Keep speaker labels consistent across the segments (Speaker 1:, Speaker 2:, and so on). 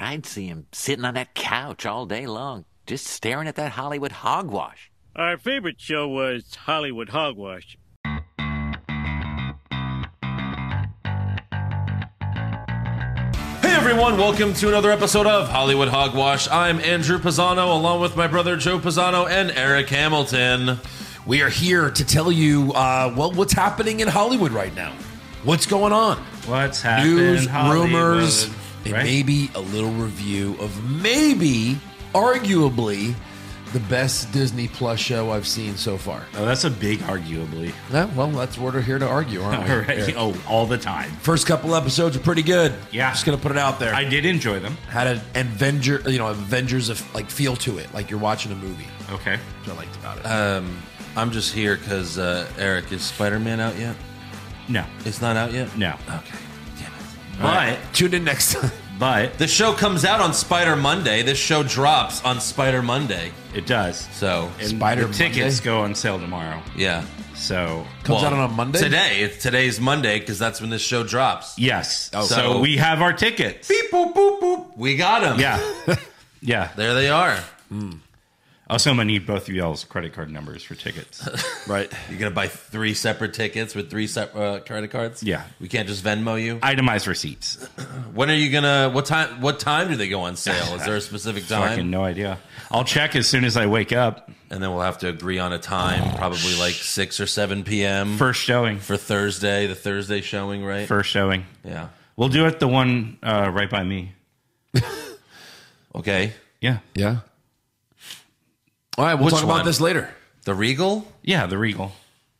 Speaker 1: I'd see him sitting on that couch all day long, just staring at that Hollywood hogwash.
Speaker 2: Our favorite show was Hollywood Hogwash.
Speaker 3: Hey everyone, welcome to another episode of Hollywood Hogwash. I'm Andrew Pisano along with my brother Joe Pisano and Eric Hamilton.
Speaker 4: We are here to tell you, uh, well, what's happening in Hollywood right now. What's going on?
Speaker 5: What's happening?
Speaker 4: News,
Speaker 5: Hollywood,
Speaker 4: rumors, and
Speaker 5: right?
Speaker 4: maybe a little review of maybe, arguably, the best Disney Plus show I've seen so far.
Speaker 5: Oh, that's a big arguably.
Speaker 4: Yeah, well, that's what we're here to argue, aren't we?
Speaker 5: All right. Oh, all the time.
Speaker 4: First couple episodes are pretty good.
Speaker 5: Yeah.
Speaker 4: Just gonna put it out there.
Speaker 5: I did enjoy them.
Speaker 4: had an Avenger, you know, Avengers of like feel to it, like you're watching a movie.
Speaker 5: Okay.
Speaker 4: Which I liked about it.
Speaker 3: Um, I'm just here because uh, Eric is Spider Man out yet?
Speaker 5: No.
Speaker 3: It's not out yet.
Speaker 5: No.
Speaker 3: Okay, damn it.
Speaker 5: But
Speaker 4: Tune in next time.
Speaker 5: but
Speaker 3: The show comes out on Spider Monday. This show drops on Spider Monday.
Speaker 5: it does.
Speaker 3: So
Speaker 5: And
Speaker 4: Spider
Speaker 5: the tickets
Speaker 4: Monday?
Speaker 5: go on sale tomorrow.
Speaker 3: yeah,
Speaker 5: So
Speaker 4: Comes
Speaker 3: Well,
Speaker 4: out on a Monday.
Speaker 3: Today, it's today's Monday because that's when this show drops.
Speaker 5: yes.
Speaker 3: Oh.
Speaker 5: so,
Speaker 3: So-
Speaker 5: we have our tickets.
Speaker 3: Beep boop boop boop. We got them.
Speaker 5: Yeah. yeah.
Speaker 3: there they are.
Speaker 5: Also, I'm gonna need both of y'all's credit card numbers for tickets.
Speaker 4: right?
Speaker 3: You're gonna buy three separate tickets with three separate uh, credit cards.
Speaker 5: Yeah.
Speaker 3: we can't just Venmo you.
Speaker 5: Itemized receipts.
Speaker 3: When are you gonna? What time? What time do they go on sale? Is there a specific
Speaker 5: Fucking
Speaker 3: time?
Speaker 5: no idea. I'll check as soon as I wake up.
Speaker 3: And then we'll have to agree on a
Speaker 5: Oh,
Speaker 3: time, probably like six or seven p.m. for,
Speaker 5: First showing.
Speaker 3: Thursday, the Thursday showing, right?
Speaker 5: First showing.
Speaker 3: yeah.
Speaker 5: We'll do it the one uh, right by me.
Speaker 3: Okay.
Speaker 5: Yeah.
Speaker 4: Yeah. All right, we'll
Speaker 3: Which
Speaker 4: talk about
Speaker 3: one?
Speaker 4: this later.
Speaker 3: The Regal.
Speaker 5: Yeah. The Regal.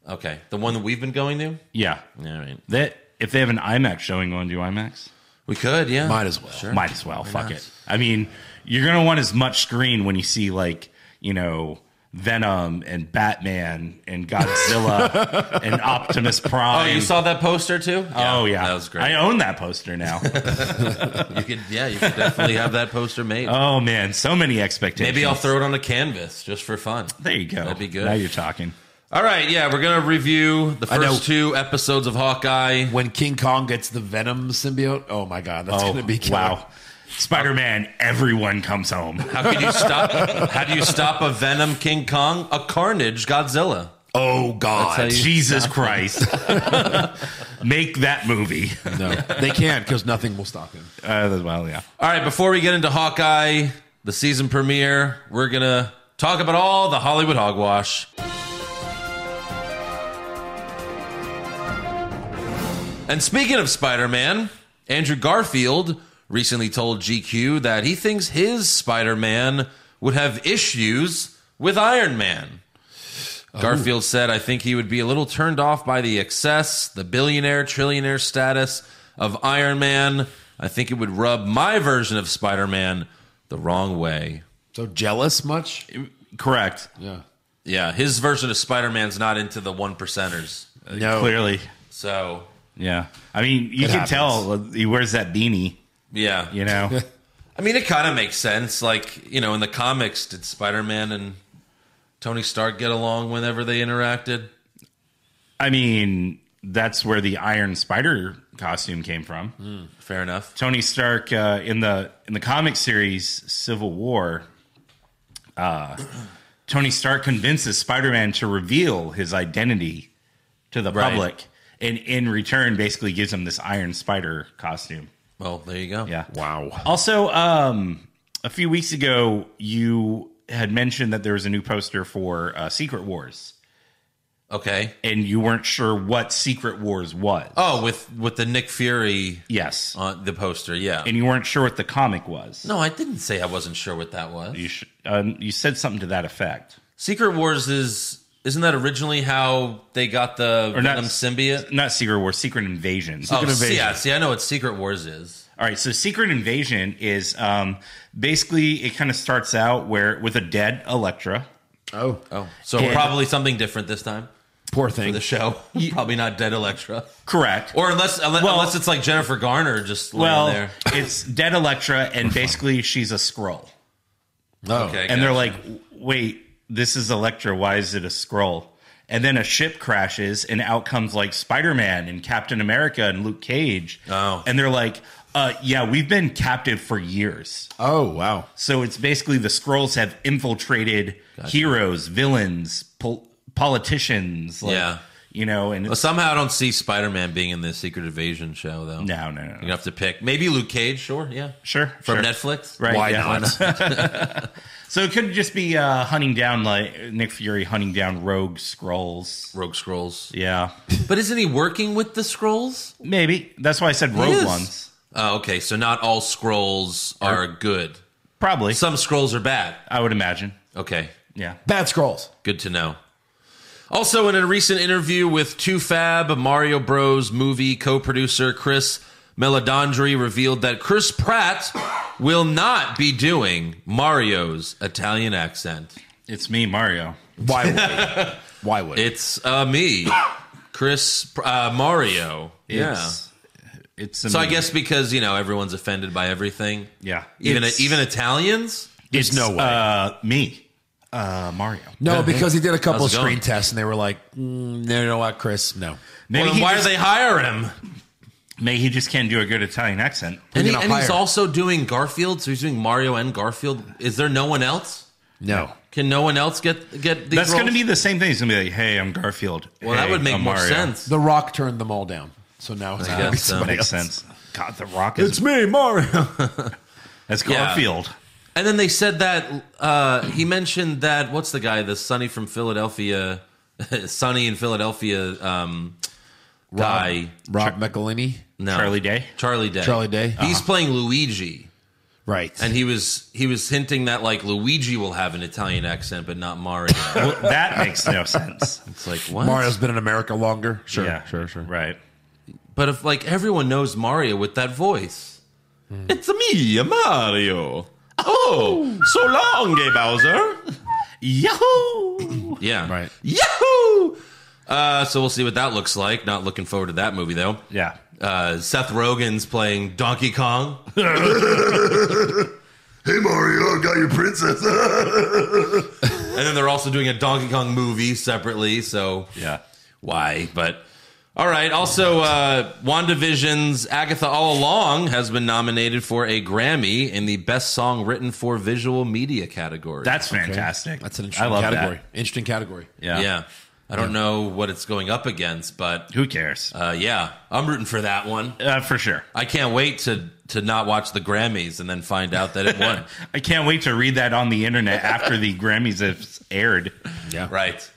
Speaker 3: Okay, the one that we've been going to.
Speaker 5: Yeah.
Speaker 3: All right,
Speaker 5: That if they have an IMAX showing on, do IMAX?
Speaker 3: we could. Yeah,
Speaker 4: Might as well.
Speaker 5: Might as well. Fuck it. I mean, you're gonna want as much screen when you see like you know Venom and Batman and Godzilla and Optimus
Speaker 3: Oh,
Speaker 5: Prime.
Speaker 3: you saw that poster too?
Speaker 5: Oh yeah,
Speaker 3: that was great.
Speaker 5: I own that poster now.
Speaker 3: you could, yeah, you could definitely have that poster made.
Speaker 5: oh man, so many expectations.
Speaker 3: Maybe I'll throw it on a canvas just for fun.
Speaker 5: There you go.
Speaker 3: That'd be good.
Speaker 5: Now you're talking.
Speaker 3: All right, yeah, we're gonna review the
Speaker 4: I know.
Speaker 3: first two episodes of Hawkeye.
Speaker 4: When King Kong gets the Venom symbiote, oh my god, that's
Speaker 5: Oh
Speaker 4: gonna be killer.
Speaker 5: wow, Spider Man. Everyone comes home.
Speaker 3: How could you stop? how do you stop a Venom King Kong, a Carnage Godzilla?
Speaker 4: Oh
Speaker 3: how
Speaker 4: god,
Speaker 3: you-
Speaker 5: Jesus Christ, make that movie.
Speaker 4: no, they can't because nothing will stop him.
Speaker 5: Uh, well, yeah.
Speaker 3: All right, before we get into Hawkeye, the season premiere, we're gonna talk about all the Hollywood hogwash. And speaking of Spider Man, Andrew Garfield recently told GQ that he thinks his Spider Man would have issues with Iron Man. Garfield said, I think he would be a little turned off by the excess, the billionaire, trillionaire status of Iron Man. I think it would rub my version of Spider Man the wrong way.
Speaker 4: So jealous much?
Speaker 5: Correct.
Speaker 4: Yeah.
Speaker 3: Yeah, his version of Spider Man's not into the one percenters.
Speaker 4: No.
Speaker 5: Clearly.
Speaker 3: So,
Speaker 5: Yeah. I mean, you
Speaker 4: It
Speaker 5: can
Speaker 4: happens.
Speaker 5: tell he wears that beanie,
Speaker 3: yeah.
Speaker 5: you know?
Speaker 3: I mean, it kind of makes sense. Like, you know, in the comics, did Spider Man and Tony Stark get along whenever they interacted?
Speaker 5: I mean, that's where the Iron Spider costume came from.
Speaker 4: Mm-hmm.
Speaker 3: Fair enough.
Speaker 5: Tony Stark uh, in the in the comic series Civil War, uh, Tony Stark convinces Spider-Man to reveal his identity to the
Speaker 3: Right.
Speaker 5: public and in return basically gives him this Iron Spider costume.
Speaker 3: Well, there you go.
Speaker 5: Yeah.
Speaker 4: Wow.
Speaker 5: Also, um, a few weeks ago, you had mentioned that there was a new poster for uh, Secret Wars,
Speaker 3: Okay.
Speaker 5: and you weren't sure what Secret Wars was.
Speaker 3: Oh, with with the Nick Fury
Speaker 5: yes,
Speaker 3: on the poster. Yeah.
Speaker 5: and you weren't sure what the comic was.
Speaker 3: No, I didn't say I wasn't sure what that was.
Speaker 5: you sh- um, you said something to that effect.
Speaker 3: Secret Wars is isn't that originally how they got the
Speaker 5: Or not-
Speaker 3: Venom symbiote?
Speaker 5: Not Secret Wars, Secret Invasion.
Speaker 3: Oh,
Speaker 4: Secret
Speaker 3: see,
Speaker 4: Invasion.
Speaker 3: yeah. See, I know what Secret Wars is.
Speaker 5: All right, so Secret Invasion is um, basically it kind of starts out where with a dead Elektra.
Speaker 4: Oh,
Speaker 3: Oh, so
Speaker 5: Yeah.
Speaker 3: probably something different this time.
Speaker 4: poor
Speaker 3: for
Speaker 4: thing.
Speaker 3: The show probably not dead Elektra,
Speaker 5: Correct.
Speaker 3: or unless unless,
Speaker 5: Well-
Speaker 3: unless it's like Jennifer Garner just laying
Speaker 5: well,
Speaker 3: there.
Speaker 5: it's dead Elektra, and basically she's a scroll.
Speaker 4: Oh.
Speaker 3: Okay,
Speaker 5: and they're
Speaker 3: gotcha.
Speaker 5: like, "Wait, this is Elektra. Why is it a scroll?" And then a ship crashes, and out comes like Spider Man and Captain America and Luke Cage.
Speaker 3: Oh.
Speaker 5: and they're like, Uh, yeah, we've been captive for years.
Speaker 6: Oh wow.
Speaker 5: So it's basically the scrolls have infiltrated heroes, villains, pol- politicians. Like,
Speaker 3: Yeah.
Speaker 5: you know, and
Speaker 3: Well,
Speaker 5: it's,
Speaker 3: somehow I don't see Spider Man being in the Secret Evasion show, though.
Speaker 5: no, no, no,
Speaker 3: You have to pick. Maybe Luke Cage, sure, yeah.
Speaker 5: sure
Speaker 3: From
Speaker 5: sure.
Speaker 3: Netflix?
Speaker 5: Right,
Speaker 3: Why
Speaker 5: yeah.
Speaker 3: not?
Speaker 5: So it could just be uh, hunting down like Nick Fury hunting down rogue scrolls.
Speaker 3: Rogue Scrolls.
Speaker 5: Yeah,
Speaker 3: But isn't he working with the Scrolls?
Speaker 5: maybe that's why I said rogue
Speaker 3: is.
Speaker 5: ones.
Speaker 3: Oh, okay. So not all Scrolls are good.
Speaker 5: Probably,
Speaker 3: Some Scrolls are bad.
Speaker 5: I would imagine.
Speaker 3: Okay.
Speaker 5: Yeah,
Speaker 6: Bad scrolls.
Speaker 3: Good to know. Also, in a recent interview with 2Fab, Mario Bros. movie co producer Chris Melodondri revealed that Chris Pratt will not be doing Mario's Italian accent.
Speaker 5: it's me, Mario.
Speaker 6: Why would? He? Why would? he?
Speaker 3: It's uh, me, Chris uh, Mario.
Speaker 5: It's, yeah, it's
Speaker 3: So I guess because, you know, everyone's offended by everything.
Speaker 5: yeah,
Speaker 3: Even,
Speaker 5: It's-
Speaker 3: even Italians?
Speaker 6: There's no way.
Speaker 5: uh, me, uh, Mario.
Speaker 6: no, because he did a couple
Speaker 3: How's it
Speaker 6: screen
Speaker 3: going?
Speaker 6: tests, and they were like, mm, "No, you know what, Chris? No."
Speaker 5: Maybe
Speaker 3: well, then
Speaker 5: he
Speaker 3: why
Speaker 5: just,
Speaker 3: do they hire him?
Speaker 5: maybe he just can't do a good Italian accent.
Speaker 3: And, he-
Speaker 6: gonna
Speaker 3: and he's
Speaker 6: hire him.
Speaker 3: also doing Garfield, so he's doing Mario and Garfield. Is there no one else?
Speaker 6: No.
Speaker 3: Can no one else get get these?
Speaker 5: That's
Speaker 3: roles?
Speaker 5: going to be the same thing. It's going to be like, hey, I'm Garfield.
Speaker 3: well. that
Speaker 5: Hey,
Speaker 3: would make
Speaker 5: I'm
Speaker 3: more
Speaker 5: Mario.
Speaker 3: sense.
Speaker 6: The Rock turned them all down, so now it's
Speaker 3: I
Speaker 6: gonna be
Speaker 3: guess, um,
Speaker 6: somebody
Speaker 5: Makes
Speaker 6: else.
Speaker 5: sense. God, the Rock is
Speaker 6: me, Mario.
Speaker 5: that's
Speaker 3: Yeah.
Speaker 5: Garfield.
Speaker 3: and then they said that uh, he mentioned that what's the guy? The Sonny from Philadelphia, Sonny in Philadelphia um, guy.
Speaker 6: Rob McElhenney.
Speaker 3: No,
Speaker 5: Charlie Day?
Speaker 3: Charlie Day.
Speaker 6: Charlie Day. Uh-huh.
Speaker 3: He's playing Luigi,
Speaker 6: Right.
Speaker 3: and he was he was hinting that like Luigi will have an Italian accent, but not Mario.
Speaker 5: Well, that makes no sense.
Speaker 3: it's like what?
Speaker 6: Mario's been in America longer. Sure.
Speaker 5: yeah, Right.
Speaker 3: But if like everyone knows Mario with that voice, it's me, Mario. Oh, so long, Gay Bowser.
Speaker 5: Yahoo!
Speaker 3: Yeah.
Speaker 6: Right.
Speaker 3: Yahoo! Uh, so we'll see what that looks like. Not looking forward to that movie though.
Speaker 5: yeah.
Speaker 3: Uh, Seth Rogen's playing Donkey Kong.
Speaker 7: Hey Mario, I got your princess.
Speaker 3: and then they're also doing a Donkey Kong movie separately. So
Speaker 5: Yeah.
Speaker 3: why? But all right. Also, uh, WandaVision's Agatha All Along has been nominated for a Grammy in the Best Song Written for Visual Media category.
Speaker 5: That's fantastic.
Speaker 6: That's an interesting
Speaker 5: I love
Speaker 6: category.
Speaker 5: That.
Speaker 6: Interesting category.
Speaker 5: Yeah.
Speaker 3: yeah. I don't know what it's going up against, but
Speaker 5: Who cares? Uh,
Speaker 3: uh, yeah, I'm rooting for that one.
Speaker 5: for sure.
Speaker 3: I can't wait to to not watch the Grammys and then find out that it won.
Speaker 5: I can't wait to read that on the internet after the Grammys have aired.
Speaker 3: right.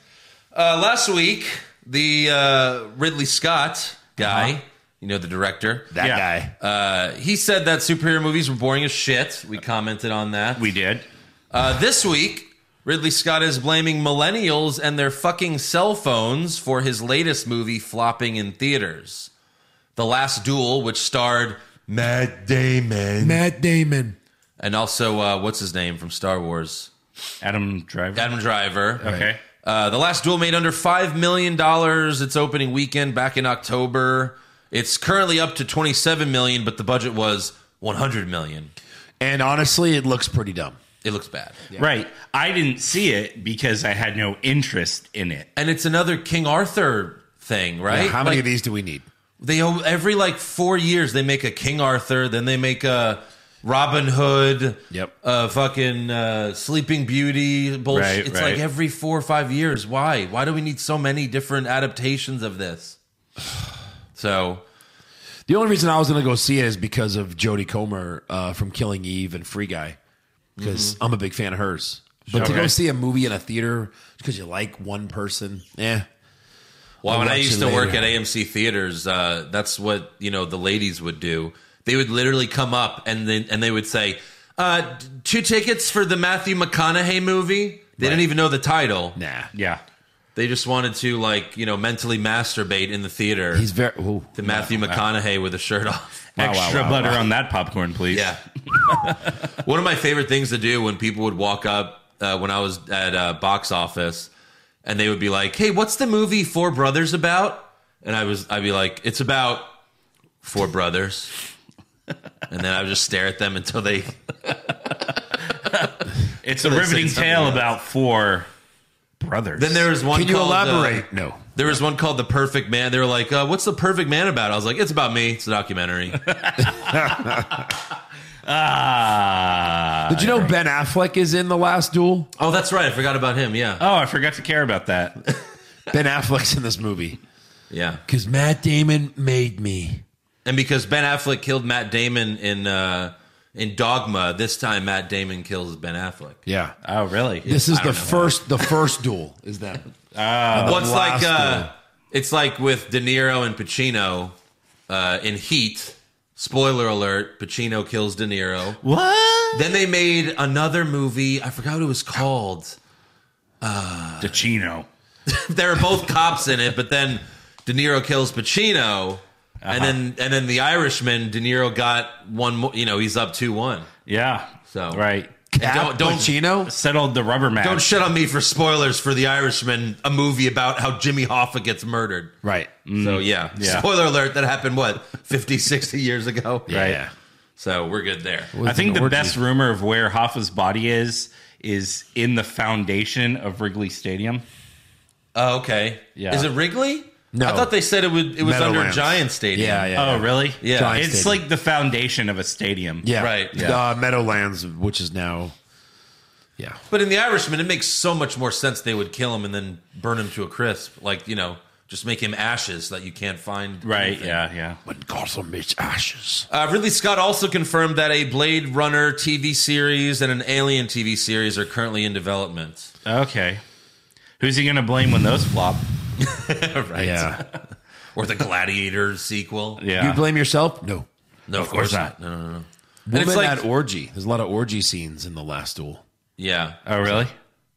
Speaker 3: Uh, last week, the uh, Ridley Scott guy, you know, the director,
Speaker 6: That
Speaker 5: Yeah.
Speaker 6: guy.
Speaker 3: uh, he said that superhero movies were boring as shit. We commented on that.
Speaker 5: We did.
Speaker 3: Uh, this week, Ridley Scott is blaming millennials and their fucking cell phones for his latest movie flopping in theaters, The Last Duel, which starred Matt Damon
Speaker 6: Matt Damon.
Speaker 3: and also uh, what's his name from Star Wars,
Speaker 5: Adam Driver.
Speaker 3: Adam Driver.
Speaker 5: okay.
Speaker 3: Uh, the Last Duel made under $5 million its opening weekend back in October. It's currently up to 27 million, but the budget was 100 million.
Speaker 6: And honestly, it looks pretty dumb.
Speaker 3: It looks bad.
Speaker 5: Right. I didn't see it because I had no interest in it.
Speaker 3: And it's another King Arthur thing, right?
Speaker 6: How many
Speaker 3: Like,
Speaker 6: of these do we need?
Speaker 3: They o- every like 4 years they make a King Arthur, then they make a Robin Hood,
Speaker 6: Yep.
Speaker 3: uh fucking uh Sleeping Beauty bullshit.
Speaker 5: Right,
Speaker 3: it's
Speaker 5: right.
Speaker 3: like every 4 or 5 years. Why? Why do we need so many different adaptations of this? So,
Speaker 6: The only reason I was going to go see it is because of Jodie Comer uh, from Killing Eve and Free Guy, because I'm a big fan of hers. But to
Speaker 5: Okay.
Speaker 6: go see a movie in a theater because you like one person, eh. yeah,
Speaker 3: Well, when I
Speaker 6: watch
Speaker 3: used
Speaker 6: you
Speaker 3: to work at
Speaker 6: later.
Speaker 3: AMC theaters, uh, that's what you know the ladies would do. They would literally come up and then and they would say, uh, d- two tickets for the Matthew McConaughey movie. They didn't even know the title.
Speaker 6: nah,
Speaker 5: Yeah.
Speaker 3: They just wanted to like you know mentally masturbate in the theater.
Speaker 6: he's very. ooh.
Speaker 3: the Matthew McConaughey with a shirt off.
Speaker 5: Extra
Speaker 6: wow,
Speaker 5: butter on that popcorn, please.
Speaker 3: Yeah. One of my favorite things to do when people would walk up uh, when I was at uh, box office and they would be like, "Hey, what's the movie Four Brothers about?" And I was I'd be like, "It's about four brothers." And then I would just stare at them until they
Speaker 5: It's a
Speaker 3: they say something
Speaker 5: riveting tale
Speaker 3: else.
Speaker 5: about four brothers.
Speaker 3: Then there was one
Speaker 6: Can you
Speaker 3: called, uh,
Speaker 6: elaborate? no,
Speaker 3: There was one called The Perfect Man. They were like, uh, "What's The Perfect Man about?" I was like, "It's about me. It's a documentary."
Speaker 5: Ah.
Speaker 6: Did you know Ben Affleck is in the last duel?
Speaker 3: oh, that's right. I forgot about him. Yeah,
Speaker 5: Oh, I forgot to care about that.
Speaker 6: Ben Affleck's in this movie
Speaker 3: yeah.
Speaker 6: because Matt Damon made me.
Speaker 3: And because Ben Affleck killed Matt Damon in uh, in Dogma, this time Matt Damon kills Ben Affleck.
Speaker 6: Yeah,
Speaker 5: Oh, really?
Speaker 6: this is the first. The first duel is that.
Speaker 3: Well, it's like
Speaker 6: last
Speaker 3: uh,
Speaker 6: one.
Speaker 3: it's like with De Niro and Pacino uh, in Heat. Spoiler alert: Pacino kills De Niro.
Speaker 5: What?
Speaker 3: Then they made another movie. I forgot what it was called.
Speaker 5: DeChino.
Speaker 3: There were both cops in it, but then De Niro kills Pacino, and then and then The Irishman. De Niro got one more. You know, he's up two one.
Speaker 5: Yeah.
Speaker 3: So
Speaker 5: right.
Speaker 3: And don't don't
Speaker 6: Pacino.
Speaker 5: Settled the rubber match.
Speaker 3: don't shit on me for spoilers for The Irishman, a movie about how Jimmy Hoffa gets murdered.
Speaker 6: Right.
Speaker 3: So yeah.
Speaker 5: Mm. Yeah.
Speaker 3: spoiler alert, that happened what 50, 60 years ago.
Speaker 5: right.
Speaker 3: So we're good there.
Speaker 5: I think the best rumor of where Hoffa's body is is in the foundation of Wrigley Stadium.
Speaker 3: Oh, okay.
Speaker 5: Yeah.
Speaker 3: Is it Wrigley?
Speaker 6: No.
Speaker 3: I thought they said it would. It was under
Speaker 6: Meadowlands.
Speaker 3: Giant Stadium.
Speaker 6: Yeah, yeah.
Speaker 5: Oh, really?
Speaker 3: Yeah.
Speaker 6: Giant
Speaker 5: It's
Speaker 6: Stadium.
Speaker 5: like the foundation of a stadium.
Speaker 6: Yeah.
Speaker 3: Right,
Speaker 6: Yeah. Uh, Meadowlands, which is now. Yeah.
Speaker 3: But in The Irishman, it makes so much more sense they would kill him and then burn him to a crisp, like you know, just make him ashes that you can't find.
Speaker 5: Right.
Speaker 3: anything.
Speaker 5: Yeah. Yeah.
Speaker 6: When Gotham meets ashes.
Speaker 3: Uh, Ridley Scott also confirmed that a Blade Runner TV series and an Alien TV series are currently in development.
Speaker 5: Okay. Who's he going to blame when those flop?
Speaker 3: right.
Speaker 6: Yeah.
Speaker 3: Or the Gladiator sequel.
Speaker 5: Yeah.
Speaker 6: You blame yourself? No.
Speaker 3: No, of,
Speaker 5: course not.
Speaker 3: No, no, no. And
Speaker 6: Woman
Speaker 3: it's like,
Speaker 6: had orgy. There's a lot of orgy scenes in the last duel.
Speaker 3: yeah.
Speaker 5: oh, really?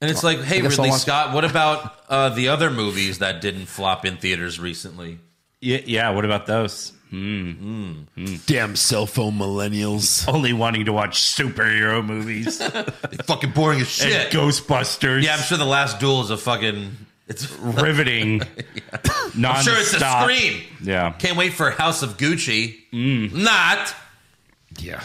Speaker 3: And it's like, hey,
Speaker 6: guess I'll
Speaker 3: Ridley
Speaker 6: watch-
Speaker 3: Scott, what about uh, the other movies that didn't flop in theaters recently?
Speaker 5: Yeah. Yeah. What about those?
Speaker 6: Damn cell phone millennials.
Speaker 5: Only wanting to watch superhero movies and
Speaker 3: fucking boring as shit.
Speaker 5: Ghostbusters.
Speaker 3: yeah, I'm sure the last duel is a fucking. It's
Speaker 5: riveting. Non-stop.
Speaker 3: I'm sure it's a scream.
Speaker 5: Yeah.
Speaker 3: Can't wait for House of Gucci. Not.
Speaker 6: Yeah.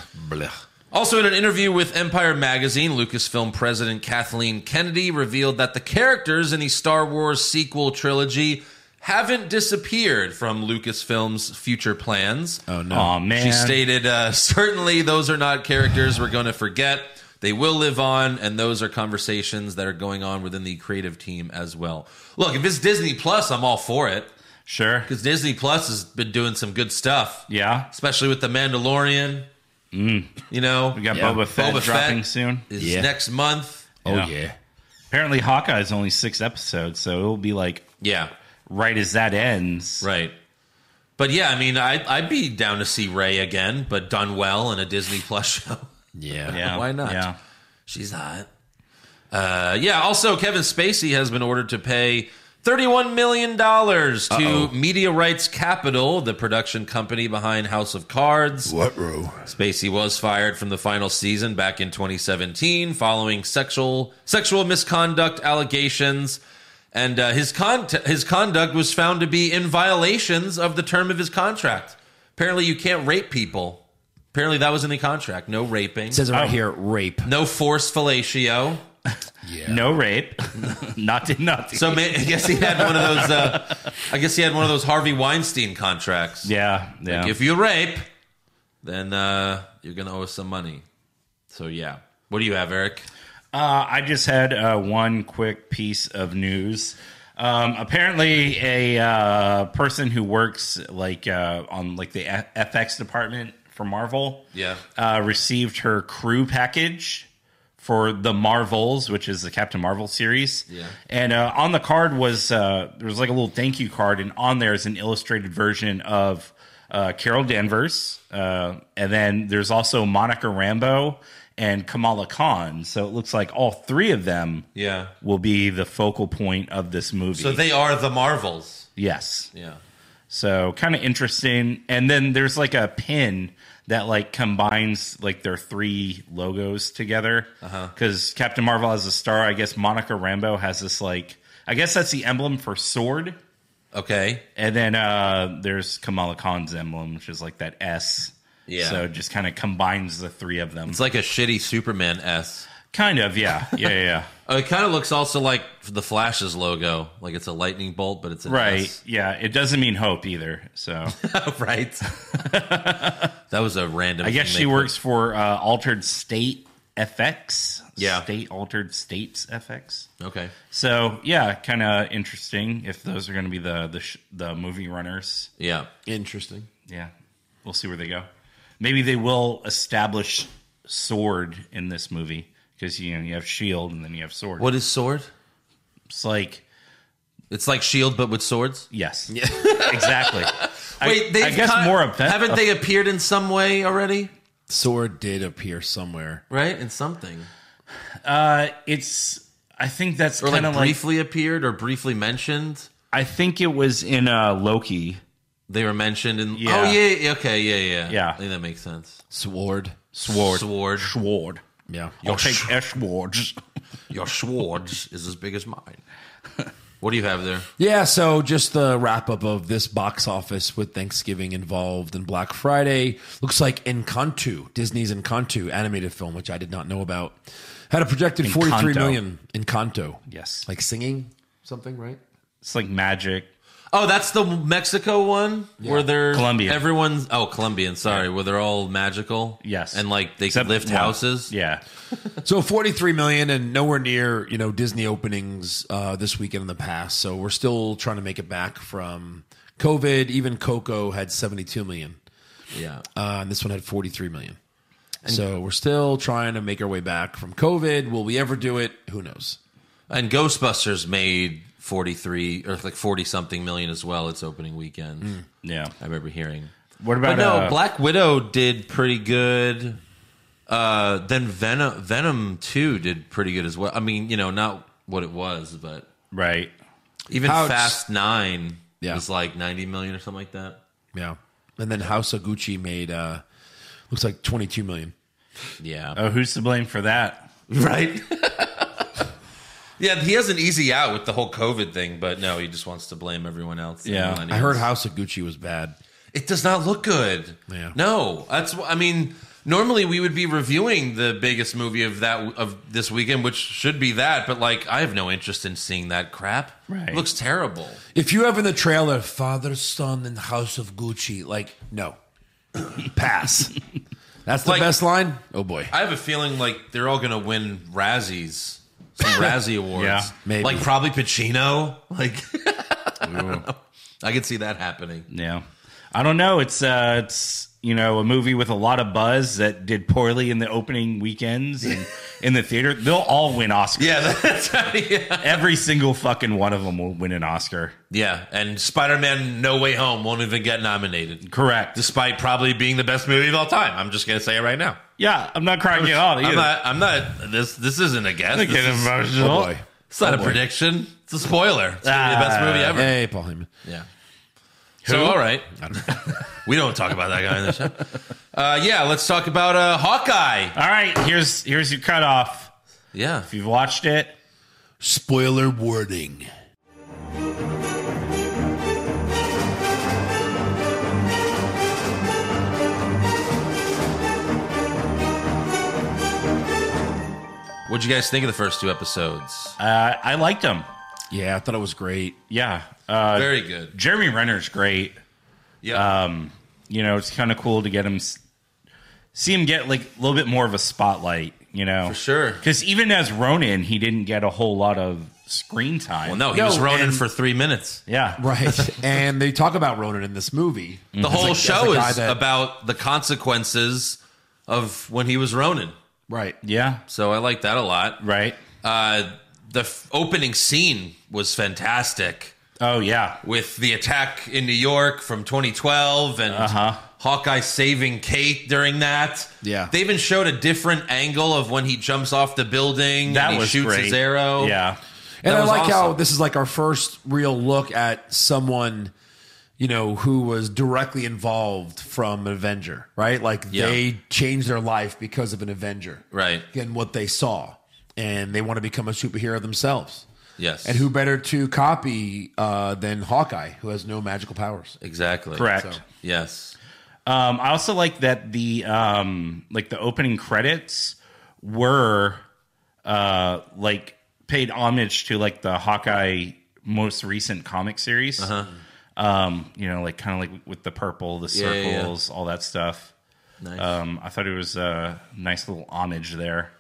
Speaker 3: Also, in an interview with Empire Magazine, Lucasfilm president Kathleen Kennedy revealed that the characters in the Star Wars sequel trilogy haven't disappeared from Lucasfilm's future plans.
Speaker 6: Oh no.
Speaker 5: Oh man.
Speaker 3: She stated, uh, certainly those are not characters we're going to forget. They will live on, and those are conversations that are going on within the creative team as well. Look, if it's Disney Plus, I'm all for it
Speaker 5: Sure.
Speaker 3: because Disney Plus has been doing some good stuff,
Speaker 5: Yeah.
Speaker 3: especially with The Mandalorian. You know,
Speaker 5: We got
Speaker 6: Yeah.
Speaker 5: Boba Fett
Speaker 3: Boba
Speaker 5: dropping
Speaker 3: Fett.
Speaker 5: soon.
Speaker 3: is
Speaker 6: Yeah.
Speaker 3: next month.
Speaker 6: oh
Speaker 5: yeah.
Speaker 6: yeah.
Speaker 5: Apparently, Hawkeye is only six episodes, so it'll be like
Speaker 3: Yeah,
Speaker 5: right as that ends.
Speaker 3: right. But yeah, I mean, I, I'd be down to see Ray again, but done well in a Disney Plus show.
Speaker 6: Yeah.
Speaker 5: Yeah.
Speaker 3: Why not?
Speaker 5: Yeah.
Speaker 3: She's hot. Uh, yeah. Also, Kevin Spacey has been ordered to pay thirty-one million dollars to Media Rights Capital, the production company behind House of Cards.
Speaker 4: What row?
Speaker 3: Spacey was fired from the final season back in 2017 following sexual sexual misconduct allegations. And uh, his con- his conduct was found to be in violations of the term of his contract. Apparently, you can't rape people. Apparently, that was in the contract. No raping.
Speaker 6: It says it right here, rape.
Speaker 3: no forced fellatio.
Speaker 5: No rape. not did nothing.
Speaker 3: So ma- I guess he had one of those. Uh, I guess he had one of those Harvey Weinstein contracts.
Speaker 5: yeah. Yeah.
Speaker 3: If you rape, then uh, you're gonna owe us some money. So yeah. What do you have, Eric?
Speaker 5: Uh, I just had uh, one quick piece of news. Um, apparently, a uh, person who works like uh, on like the F- FX department for Marvel,
Speaker 3: Yeah.
Speaker 5: uh, received her crew package for the Marvels, which is the Captain Marvel series.
Speaker 3: Yeah.
Speaker 5: And uh, on the card was uh, there was like a little thank you card, and on there is an illustrated version of uh, Carol Danvers, uh, and then there's also Monica Rambo and Kamala Khan. So it looks like all three of them
Speaker 3: Yeah.
Speaker 5: will be the focal point of this movie.
Speaker 3: So they are the Marvels.
Speaker 5: yes,
Speaker 3: Yeah.
Speaker 5: so kind of interesting. And then there's like a pin that like combines like their three logos together. Because Captain Marvel has a star. I guess Monica Rambo has this like. I guess that's the emblem for sword.
Speaker 3: Okay.
Speaker 5: And then uh there's Kamala Khan's emblem, which is like that S.
Speaker 3: Yeah.
Speaker 5: So it just kind of combines the three of them.
Speaker 3: It's like a shitty Superman s.
Speaker 5: Kind of, yeah, yeah, yeah. yeah.
Speaker 3: Oh, it kind of looks also like the Flash's logo, like it's a lightning bolt, but it's an
Speaker 5: right,
Speaker 3: S. Oh,
Speaker 5: yeah. It doesn't mean hope either. So
Speaker 3: right. that was a random.
Speaker 5: I guess
Speaker 3: thing
Speaker 5: she
Speaker 3: they put.
Speaker 5: works for uh, Altered State FX.
Speaker 3: Yeah.
Speaker 5: State Altered States FX.
Speaker 3: Okay.
Speaker 5: So yeah, kind of interesting. If those are going to be the the sh- the movie runners,
Speaker 3: Yeah.
Speaker 4: Interesting.
Speaker 5: yeah, we'll see where they go. Maybe they will establish sword in this movie because you know you have shield E and then you have sword.
Speaker 3: What is sword?
Speaker 5: It's like
Speaker 3: It's like shield, but with swords.
Speaker 5: yes, exactly. I,
Speaker 3: Wait, they've
Speaker 5: I guess
Speaker 3: kind-
Speaker 5: more of that.
Speaker 3: Haven't they appeared in some way already?
Speaker 6: Sword did appear somewhere.
Speaker 3: Right in something,
Speaker 5: Uh, it's. I think that's
Speaker 3: or like
Speaker 5: kind of like.
Speaker 3: briefly appeared or briefly mentioned.
Speaker 5: I think it was in uh, Loki.
Speaker 3: They were mentioned in.
Speaker 5: Yeah.
Speaker 3: Oh yeah, yeah. Okay. Yeah. Yeah.
Speaker 5: Yeah.
Speaker 3: I think that makes sense.
Speaker 6: Sword.
Speaker 5: Sword.
Speaker 3: Sword.
Speaker 5: Sword.
Speaker 6: Yeah.
Speaker 5: I'll take S swords.
Speaker 3: Your sword is as big as mine. What do you have there?
Speaker 6: Yeah, so just the wrap up of this box office with Thanksgiving involved and Black Friday. Looks like Encanto, Disney's Encanto animated film, which I did not know about, had a projected 43
Speaker 5: Encanto.
Speaker 6: million. Encanto.
Speaker 5: Yes.
Speaker 6: Like singing something, right?
Speaker 5: It's like magic.
Speaker 3: Oh, that's the Mexico one where they're
Speaker 5: Colombian.
Speaker 3: Everyone's oh Colombian, sorry, where they're all magical.
Speaker 5: Yes.
Speaker 3: and like they
Speaker 5: Except
Speaker 3: can lift
Speaker 5: one.
Speaker 3: houses.
Speaker 5: Yeah.
Speaker 6: So 43 million and nowhere near, you know, Disney openings uh, this weekend in the past. So we're still trying to make it back from COVID. Even Coco had 72 million.
Speaker 3: yeah.
Speaker 6: Uh, and this one had 43 million. so we're still trying to make our way back from COVID. Will we ever do it? Who knows?
Speaker 3: And Ghostbusters made forty three or like forty something million as well. Its opening weekend,
Speaker 5: Yeah.
Speaker 3: I remember hearing.
Speaker 5: What
Speaker 3: But
Speaker 5: about
Speaker 3: no,
Speaker 5: Mm. uh,
Speaker 3: Black Widow did pretty good. Uh, then Venom, Venom two did pretty good as well. I mean, you know, not what it was, but
Speaker 5: Right.
Speaker 3: even
Speaker 6: How it's-
Speaker 3: Fast Nine
Speaker 6: Yeah.
Speaker 3: was like ninety million or something like that.
Speaker 6: Yeah. And then House of Gucci made uh looks like 22 million.
Speaker 3: Yeah.
Speaker 5: Oh, who's to blame for that?
Speaker 3: Right. yeah, he has an easy out with the whole COVID thing, but no, he just wants to blame everyone else.
Speaker 5: Yeah.
Speaker 3: Millennials.
Speaker 6: I heard House of Gucci was bad.
Speaker 3: it does not look good.
Speaker 6: Yeah.
Speaker 3: No, that's. wh- I mean, normally we would be reviewing the biggest movie of that of this weekend, which should be that. But like, I have no interest in seeing that crap.
Speaker 5: Right.
Speaker 3: It looks terrible.
Speaker 6: If you have in the trailer Father, Son, and House of Gucci, like no. Pass. That's the
Speaker 3: Like-
Speaker 6: best line. Oh boy.
Speaker 3: I have a feeling like they're all going to win Razzies, some Razzie awards.
Speaker 5: Yeah,
Speaker 6: maybe.
Speaker 3: Like probably Pacino. Like,
Speaker 6: Oh,
Speaker 3: I could see that happening.
Speaker 5: Yeah. I don't know. It's uh it's you know, a movie with a lot of buzz that did poorly in the opening weekends and in the theater. They'll all win Oscars.
Speaker 3: Yeah, that's yeah.
Speaker 5: Every single fucking one of them will win an Oscar.
Speaker 3: Yeah, and Spider-Man: No Way Home won't even get nominated,
Speaker 5: Correct.
Speaker 3: despite probably being the best movie of all time. I'm just gonna say it right now.
Speaker 5: yeah, I'm not crying at all.
Speaker 3: I'm
Speaker 5: either.
Speaker 3: not. I'm not. This this isn't a guess.
Speaker 5: I'm
Speaker 3: This
Speaker 5: getting
Speaker 3: is,
Speaker 5: emotional.
Speaker 6: boy. Uh,
Speaker 3: it's not a prediction. It's a spoiler. It's gonna be the best
Speaker 5: Ah.
Speaker 3: movie ever.
Speaker 6: Hey, Paul Heyman.
Speaker 3: Yeah. So all right, we don't talk about that guy in the show. Uh, yeah, let's talk about uh, Hawkeye.
Speaker 5: All right, here's here's your cutoff.
Speaker 3: Yeah,
Speaker 5: If you've watched it,
Speaker 6: Spoiler warning.
Speaker 3: what'd you guys think of the first two episodes?
Speaker 5: uh, I liked them.
Speaker 6: Yeah, I thought it was great.
Speaker 5: Yeah. Uh,
Speaker 3: Very good.
Speaker 5: Jeremy Renner's great.
Speaker 3: Yeah,
Speaker 5: You know, it's kind of cool to get him, s- see him get like a little bit more of a spotlight. You know,
Speaker 3: for sure.
Speaker 5: Because even as Ronan, he didn't get a whole lot of screen time.
Speaker 3: Well, no, he was Ronin for three minutes.
Speaker 5: Yeah.
Speaker 6: Right. and they talk about Ronan in this movie.
Speaker 3: The whole
Speaker 6: like- that's
Speaker 3: show
Speaker 6: a guy
Speaker 3: is
Speaker 6: that-
Speaker 3: about the consequences of when he was Ronin.
Speaker 6: Right.
Speaker 5: Yeah.
Speaker 3: So I like that a lot.
Speaker 5: Right.
Speaker 3: Uh, the f- opening scene was fantastic
Speaker 5: Oh yeah.
Speaker 3: with the attack in New York from 2012 and Hawkeye saving Kate during that.
Speaker 6: Yeah.
Speaker 3: They even showed a different angle of when he jumps off the building
Speaker 5: That
Speaker 3: and he
Speaker 5: was
Speaker 3: shoots
Speaker 5: great.
Speaker 3: his arrow.
Speaker 5: Yeah.
Speaker 6: And
Speaker 3: That
Speaker 6: I
Speaker 3: was
Speaker 6: like how
Speaker 3: awesome.
Speaker 6: this is like our first real look at someone, you know, who was directly involved from Avenger, right? Like
Speaker 3: Yeah.
Speaker 6: they changed their life because of an Avenger,
Speaker 3: Right.
Speaker 6: And what they saw, and they want to become a superhero themselves.
Speaker 3: Yes.
Speaker 6: And who better to copy uh, than Hawkeye, who has no magical powers?
Speaker 3: Exactly.
Speaker 5: Correct.
Speaker 6: So-
Speaker 3: Yes.
Speaker 5: Um, I also like that the um, like the opening credits were uh, like paid homage to like the Hawkeye most recent comic series.
Speaker 3: Uh-huh.
Speaker 5: Um, you know, like kind of like with the purple, the
Speaker 3: Yeah, yeah, yeah.
Speaker 5: circles, all that stuff.
Speaker 3: Nice.
Speaker 5: Um, I thought it was a nice little homage there.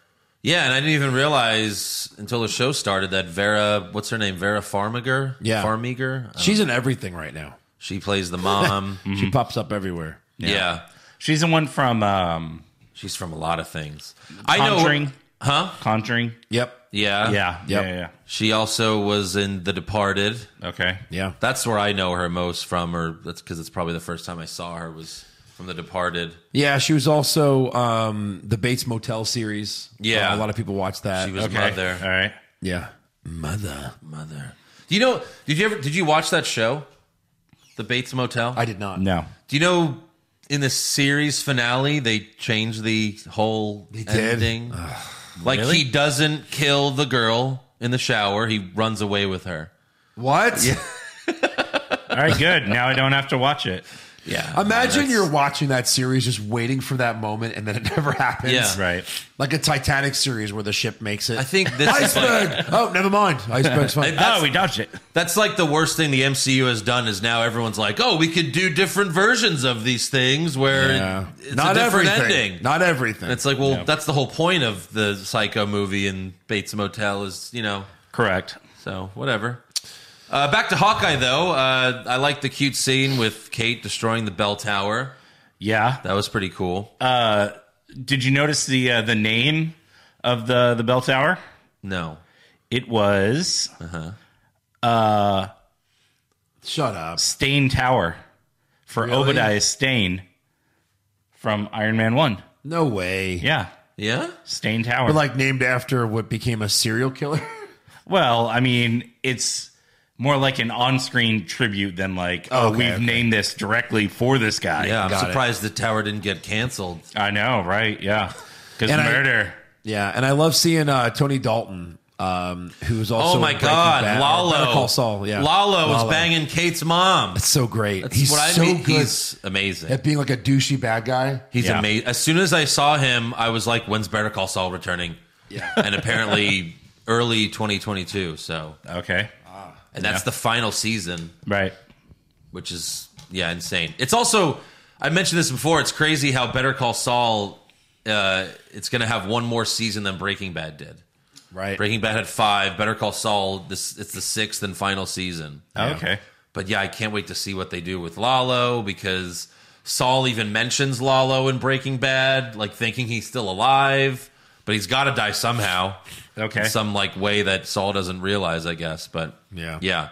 Speaker 3: Yeah, and I didn't even realize until the show started that Vera, what's her name, Vera Farmiga.
Speaker 6: Yeah.
Speaker 3: Farmiga. Uh,
Speaker 6: She's in everything right now.
Speaker 3: She plays the mom.
Speaker 6: She pops up everywhere.
Speaker 3: yeah.
Speaker 5: She's the one from um,
Speaker 3: she's from a lot of things. I
Speaker 5: Conjuring.
Speaker 3: know, huh? Uh,
Speaker 5: Conjuring.
Speaker 6: Yep.
Speaker 3: Yeah,
Speaker 5: Yeah.
Speaker 6: Yep.
Speaker 5: Yeah.
Speaker 3: She also was in The Departed.
Speaker 5: Yeah. Okay.
Speaker 6: Yeah.
Speaker 3: That's where I know her most from, or that's because it's probably the first time I saw her was from The Departed.
Speaker 6: Yeah, she was also um, the Bates Motel series.
Speaker 3: Yeah.
Speaker 6: Uh, a lot of people watch that.
Speaker 3: She was
Speaker 5: Okay.
Speaker 3: mother.
Speaker 5: All right.
Speaker 6: yeah, mother.
Speaker 3: Mother. Do you know? Did you ever? Did you watch that show, The Bates Motel?
Speaker 6: I did not.
Speaker 5: No.
Speaker 3: Do you know in the series finale they changed the whole
Speaker 6: did?
Speaker 3: ending? like he doesn't kill the girl in the shower, he runs away with her.
Speaker 6: What?
Speaker 5: All right. Good. now I don't have to watch it.
Speaker 3: Yeah.
Speaker 4: Imagine you're watching that series, just waiting for that moment, and then it never happens.
Speaker 3: Yeah.
Speaker 5: Right.
Speaker 4: Like a Titanic series where the ship makes it.
Speaker 3: I think this is like,
Speaker 4: Iceberg. oh, never mind. Iceberg's fine.
Speaker 5: oh, we dodged it.
Speaker 3: that's like the worst thing the MCU has done is now everyone's like, "Oh, we could do different versions of these things where
Speaker 4: Yeah.
Speaker 3: it's a different ending."
Speaker 4: Not everything.
Speaker 3: it's like, well, that's the whole point of the Psycho movie and Bates Motel is, you know,
Speaker 5: Correct.
Speaker 3: So whatever. Uh, back to Hawkeye though. Uh, I like the cute scene with Kate destroying the bell tower.
Speaker 5: Yeah.
Speaker 3: That was pretty cool.
Speaker 5: Did you notice the uh, the name of the the bell tower?
Speaker 3: no,
Speaker 5: It was
Speaker 4: Shut up.
Speaker 5: Stain Tower for Obadiah Stain from Iron Man One.
Speaker 4: No way.
Speaker 5: Yeah,
Speaker 3: yeah,
Speaker 5: Stain Tower.
Speaker 4: But like named after what became a serial killer.
Speaker 5: well, I mean, it's more like an on-screen tribute than like, oh,
Speaker 4: Okay,
Speaker 5: we've
Speaker 4: okay.
Speaker 5: named this directly for this guy.
Speaker 3: yeah. I'm
Speaker 4: Got it.
Speaker 3: surprised the tower didn't get canceled.
Speaker 5: I know, right? Yeah, because
Speaker 4: And I-
Speaker 5: murder.
Speaker 4: yeah, and I love seeing uh, Tony Dalton, um, who was also
Speaker 3: oh my
Speaker 4: in Breaking
Speaker 3: God,
Speaker 4: Bad- or Better
Speaker 3: Lalo!
Speaker 4: Call Saul. Yeah,
Speaker 3: Lalo was banging Kate's mom.
Speaker 4: It's so great. he's
Speaker 3: what I
Speaker 4: so
Speaker 3: mean.
Speaker 4: good
Speaker 3: He's amazing.
Speaker 4: at being like a douchey bad guy.
Speaker 3: He's
Speaker 5: Yeah.
Speaker 3: amazing. As soon as I saw him, I was like, "When's Better Call Saul returning?"
Speaker 4: Yeah.
Speaker 3: and apparently early 2022. So,
Speaker 5: Okay,
Speaker 3: and that's the final season.
Speaker 5: right.
Speaker 3: which is yeah insane. It's also I mentioned this before. It's crazy how Better Call Saul uh, it's going to have one more season than Breaking Bad did.
Speaker 4: Right.
Speaker 3: Breaking Bad had five. Better Call Saul this it's the sixth and final season.
Speaker 5: Okay.
Speaker 3: But yeah, I can't wait to see what they do with Lalo because Saul even mentions Lalo in Breaking Bad, like thinking he's still alive, but he's got to die somehow
Speaker 5: Okay.
Speaker 3: in some like way that Saul doesn't realize, I guess. But
Speaker 4: Yeah.
Speaker 3: yeah.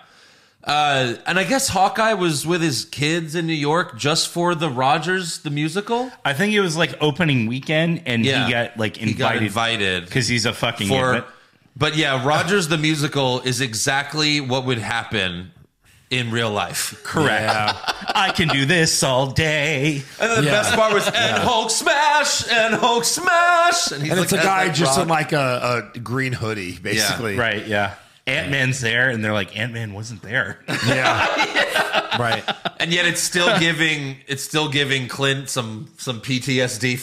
Speaker 3: Uh, and I guess Hawkeye was with his kids in New York just for the Rogers the musical
Speaker 5: I think it was like opening weekend, and
Speaker 3: Yeah.
Speaker 5: he got like
Speaker 3: He got
Speaker 5: invited
Speaker 3: invited.
Speaker 5: because he's a fucking
Speaker 3: for.
Speaker 5: idiot.
Speaker 3: But yeah, Rogers the musical is exactly what would happen in real life.
Speaker 5: Correct. I can do this all day.
Speaker 3: And the best part was and Hulk smash and Hulk smash, and he's
Speaker 4: And it's a guy just in
Speaker 3: like.
Speaker 4: like a, a green hoodie, basically.
Speaker 5: Right. Yeah. Ant Man's there, and they're like, Ant Man wasn't there.
Speaker 4: Yeah. right.
Speaker 3: and yet it's still giving it's still giving Clint some some PTSD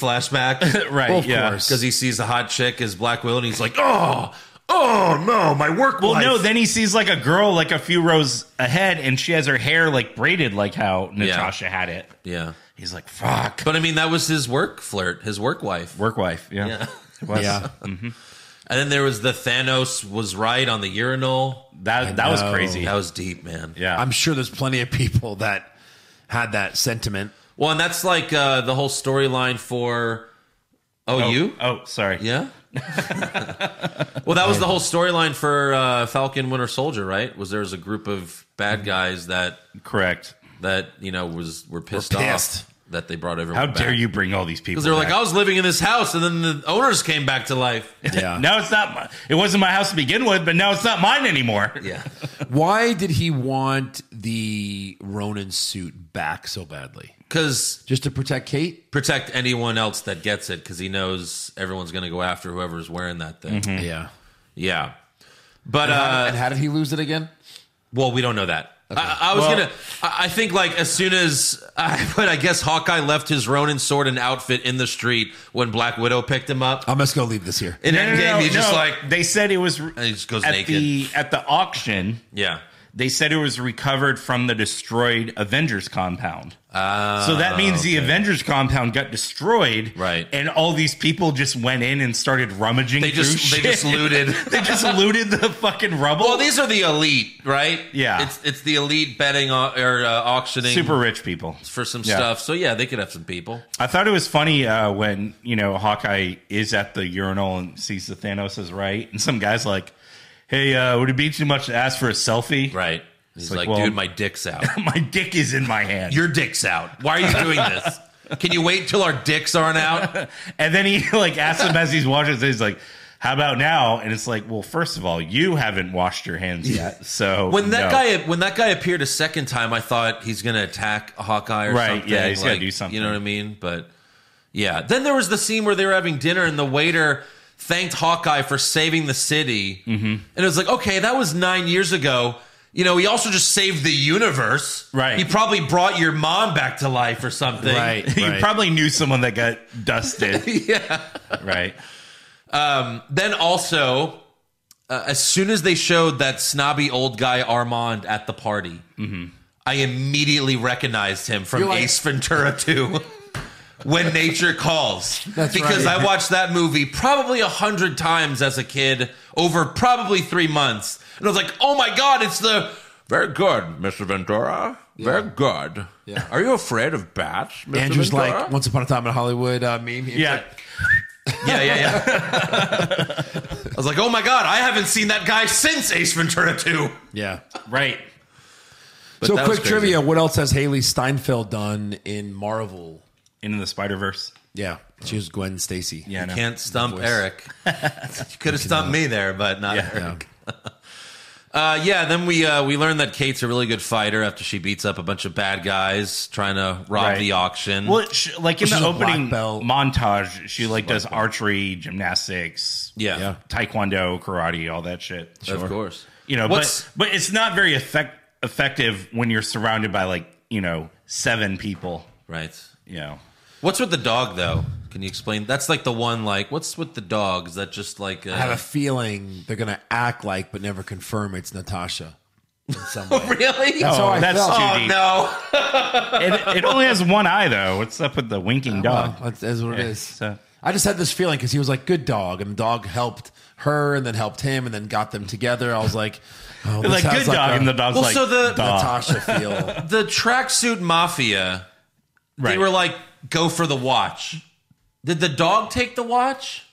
Speaker 3: flashback,
Speaker 5: right.
Speaker 4: Well, of
Speaker 5: yeah.
Speaker 4: course.
Speaker 3: Because he sees the hot chick as Black Widow, and he's like, oh, oh no, my work.
Speaker 5: Well,
Speaker 3: life.
Speaker 5: no. Then he sees like a girl like a few rows ahead, and she has her hair like braided, like how Natasha had it.
Speaker 3: yeah,
Speaker 5: He's like, "Fuck,
Speaker 3: but I mean that was his work flirt, his work wife.
Speaker 5: work wife." Yeah.
Speaker 3: Yeah.
Speaker 5: It was.
Speaker 4: Yeah.
Speaker 3: And then there was the Thanos was right on the urinal.
Speaker 5: That that was
Speaker 4: know.
Speaker 5: crazy.
Speaker 3: That was deep, man.
Speaker 5: yeah.
Speaker 4: I'm sure there's plenty of people that had that sentiment.
Speaker 3: Well, and that's like uh, the whole storyline for. Oh,
Speaker 5: oh,
Speaker 3: you?
Speaker 5: Oh, sorry.
Speaker 3: Yeah. well, that was the whole storyline for uh, Falcon Winter Soldier, right? Was there was a group of bad guys that
Speaker 5: Correct.
Speaker 3: that you know was were pissed,
Speaker 4: pissed.
Speaker 3: off that they brought everyone.
Speaker 5: How dare you bring all these people?
Speaker 3: Because they were like,
Speaker 5: back?
Speaker 3: I was living in this house, and then the owners came back to life.
Speaker 4: Yeah.
Speaker 5: Now it's not. My, it wasn't my house to begin with, but now it's not mine anymore.
Speaker 3: yeah,
Speaker 6: Why did he want the Ronin suit back so badly?
Speaker 3: because
Speaker 6: Just to protect Kate?
Speaker 3: protect anyone else that gets it, because he knows everyone's going to go after whoever's wearing that thing.
Speaker 5: Mm-hmm.
Speaker 6: Yeah.
Speaker 3: Yeah, but
Speaker 4: and
Speaker 3: uh,
Speaker 4: how did he lose it again?
Speaker 3: well, we don't know that. I, I was gonna. I I think like as soon as, I, but I guess Hawkeye left his Ronin sword and outfit in the street when Black Widow picked him up.
Speaker 6: I'm just gonna leave this here.
Speaker 3: In
Speaker 5: Oh. No, no,
Speaker 3: Endgame,
Speaker 5: no,
Speaker 3: he's just
Speaker 5: no.
Speaker 3: like,
Speaker 5: they said it was
Speaker 3: he just goes
Speaker 5: at
Speaker 3: naked.
Speaker 5: the at the auction.
Speaker 3: yeah,
Speaker 5: They said it was recovered from the destroyed Avengers compound.
Speaker 3: uh,
Speaker 5: So that means the Avengers compound got destroyed,
Speaker 3: Right.
Speaker 5: And all these people just went in and started rummaging.
Speaker 3: they just
Speaker 5: through
Speaker 3: they just
Speaker 5: shit.
Speaker 3: looted.
Speaker 5: they just looted the fucking rubble.
Speaker 3: well, these are the elite, right?
Speaker 5: Yeah.
Speaker 3: it's it's the elite betting au- or uh, auctioning
Speaker 5: super rich people.
Speaker 3: for some
Speaker 5: Yeah.
Speaker 3: stuff. So yeah, they could have some people.
Speaker 5: I thought it was funny uh, when you know Hawkeye is at the urinal and sees the Thanos is right, and some guy's like, "Hey, uh, would it be too much to ask for a selfie?"
Speaker 3: Right. He's
Speaker 5: like,
Speaker 3: like,
Speaker 5: well-
Speaker 3: dude, my dick's out.
Speaker 5: My dick is in my hand.
Speaker 3: Your dick's out. Why are you doing this? Can you wait till our dicks aren't out?
Speaker 5: and then he like asks him as he's washing. his hands, He's like, "How about now?" And it's like, "Well, first of all, you haven't washed your hands yet." So
Speaker 3: When that
Speaker 5: no.
Speaker 3: guy when that guy appeared a second time, I thought he's gonna attack Hawkeye or
Speaker 5: Right,
Speaker 3: something.
Speaker 5: yeah, he's gotta do something.
Speaker 3: You know what I mean? But yeah. Then there was the scene where they were having dinner and the waiter thanked Hawkeye for saving the city. Mm-hmm. And it was like, okay, that was nine years ago. You know, he also just saved the universe.
Speaker 5: Right.
Speaker 3: He probably brought your mom back to life or something.
Speaker 5: you probably knew someone that got dusted. yeah, right.
Speaker 3: Then also, uh, as soon as they showed that snobby old guy Armand at the party, I immediately recognized him from
Speaker 4: You're like-
Speaker 3: Ace Ventura 2. When nature calls,
Speaker 4: That's
Speaker 3: because
Speaker 4: right.
Speaker 3: I watched that movie probably a hundred times as a kid over probably three months, and I was like, "Oh my god, it's the very good, Mister Ventura, very good."
Speaker 4: Yeah.
Speaker 3: Are you afraid of bats, Mister
Speaker 6: Andrew's
Speaker 3: Ventura?
Speaker 6: like,
Speaker 4: Once upon a time in Hollywood uh, meme. It's
Speaker 5: Yeah,
Speaker 4: like,
Speaker 3: Yeah, yeah, yeah. I was like, oh my god, I haven't seen that guy since Ace Ventura 2.
Speaker 6: Yeah.
Speaker 5: right.
Speaker 3: But
Speaker 6: so
Speaker 3: that was
Speaker 6: quick
Speaker 3: crazy.
Speaker 6: trivia: What else has Haley Steinfeld done in Marvel?
Speaker 5: Into the Spider Verse.
Speaker 6: Yeah, she was Gwen Stacy.
Speaker 5: Yeah, I know.
Speaker 3: Can't stump Eric. you could have stumped me there, but not
Speaker 5: Yeah.
Speaker 3: Eric. Uh, yeah, then we uh, we learned that Kate's a really good fighter after she beats up a bunch of bad guys trying to rob
Speaker 5: Right.
Speaker 3: the auction.
Speaker 5: Well, it sh like in
Speaker 6: She's
Speaker 5: the
Speaker 6: Mm. a black
Speaker 5: opening
Speaker 6: belt.
Speaker 5: montage, she like does archery, gymnastics,
Speaker 3: yeah,
Speaker 6: yeah.
Speaker 5: taekwondo, karate, all that shit.
Speaker 3: of course.
Speaker 5: You know,
Speaker 3: What's-
Speaker 5: but but it's not very effect- effective when you're surrounded by like you know seven people.
Speaker 3: Right.
Speaker 5: You know,
Speaker 3: What's with the dog though? Can you explain? That's like the one. Like, what's with the dog? Is that just like? Uh,
Speaker 6: I have a feeling they're gonna act like, but never confirm it's Natasha. In some way.
Speaker 3: really?
Speaker 5: that's,
Speaker 4: how I
Speaker 5: that's
Speaker 4: felt.
Speaker 5: too
Speaker 3: oh
Speaker 5: deep.
Speaker 3: no.
Speaker 5: It, it only has one eye though. What's up with the winking dog?
Speaker 6: Well, that's, that's what it is.
Speaker 5: so-
Speaker 6: I just had this feeling because he was like, "Good dog," and the dog helped her, and then helped him, and then got them together. I was like, oh, this
Speaker 5: like
Speaker 6: has,
Speaker 5: good dog,
Speaker 6: a
Speaker 5: and the dog's
Speaker 3: Well,
Speaker 5: like
Speaker 3: so the-
Speaker 5: dog.
Speaker 6: Natasha feel.
Speaker 3: the tracksuit mafia they
Speaker 5: Right.
Speaker 3: were like go for the watch did the dog take the watch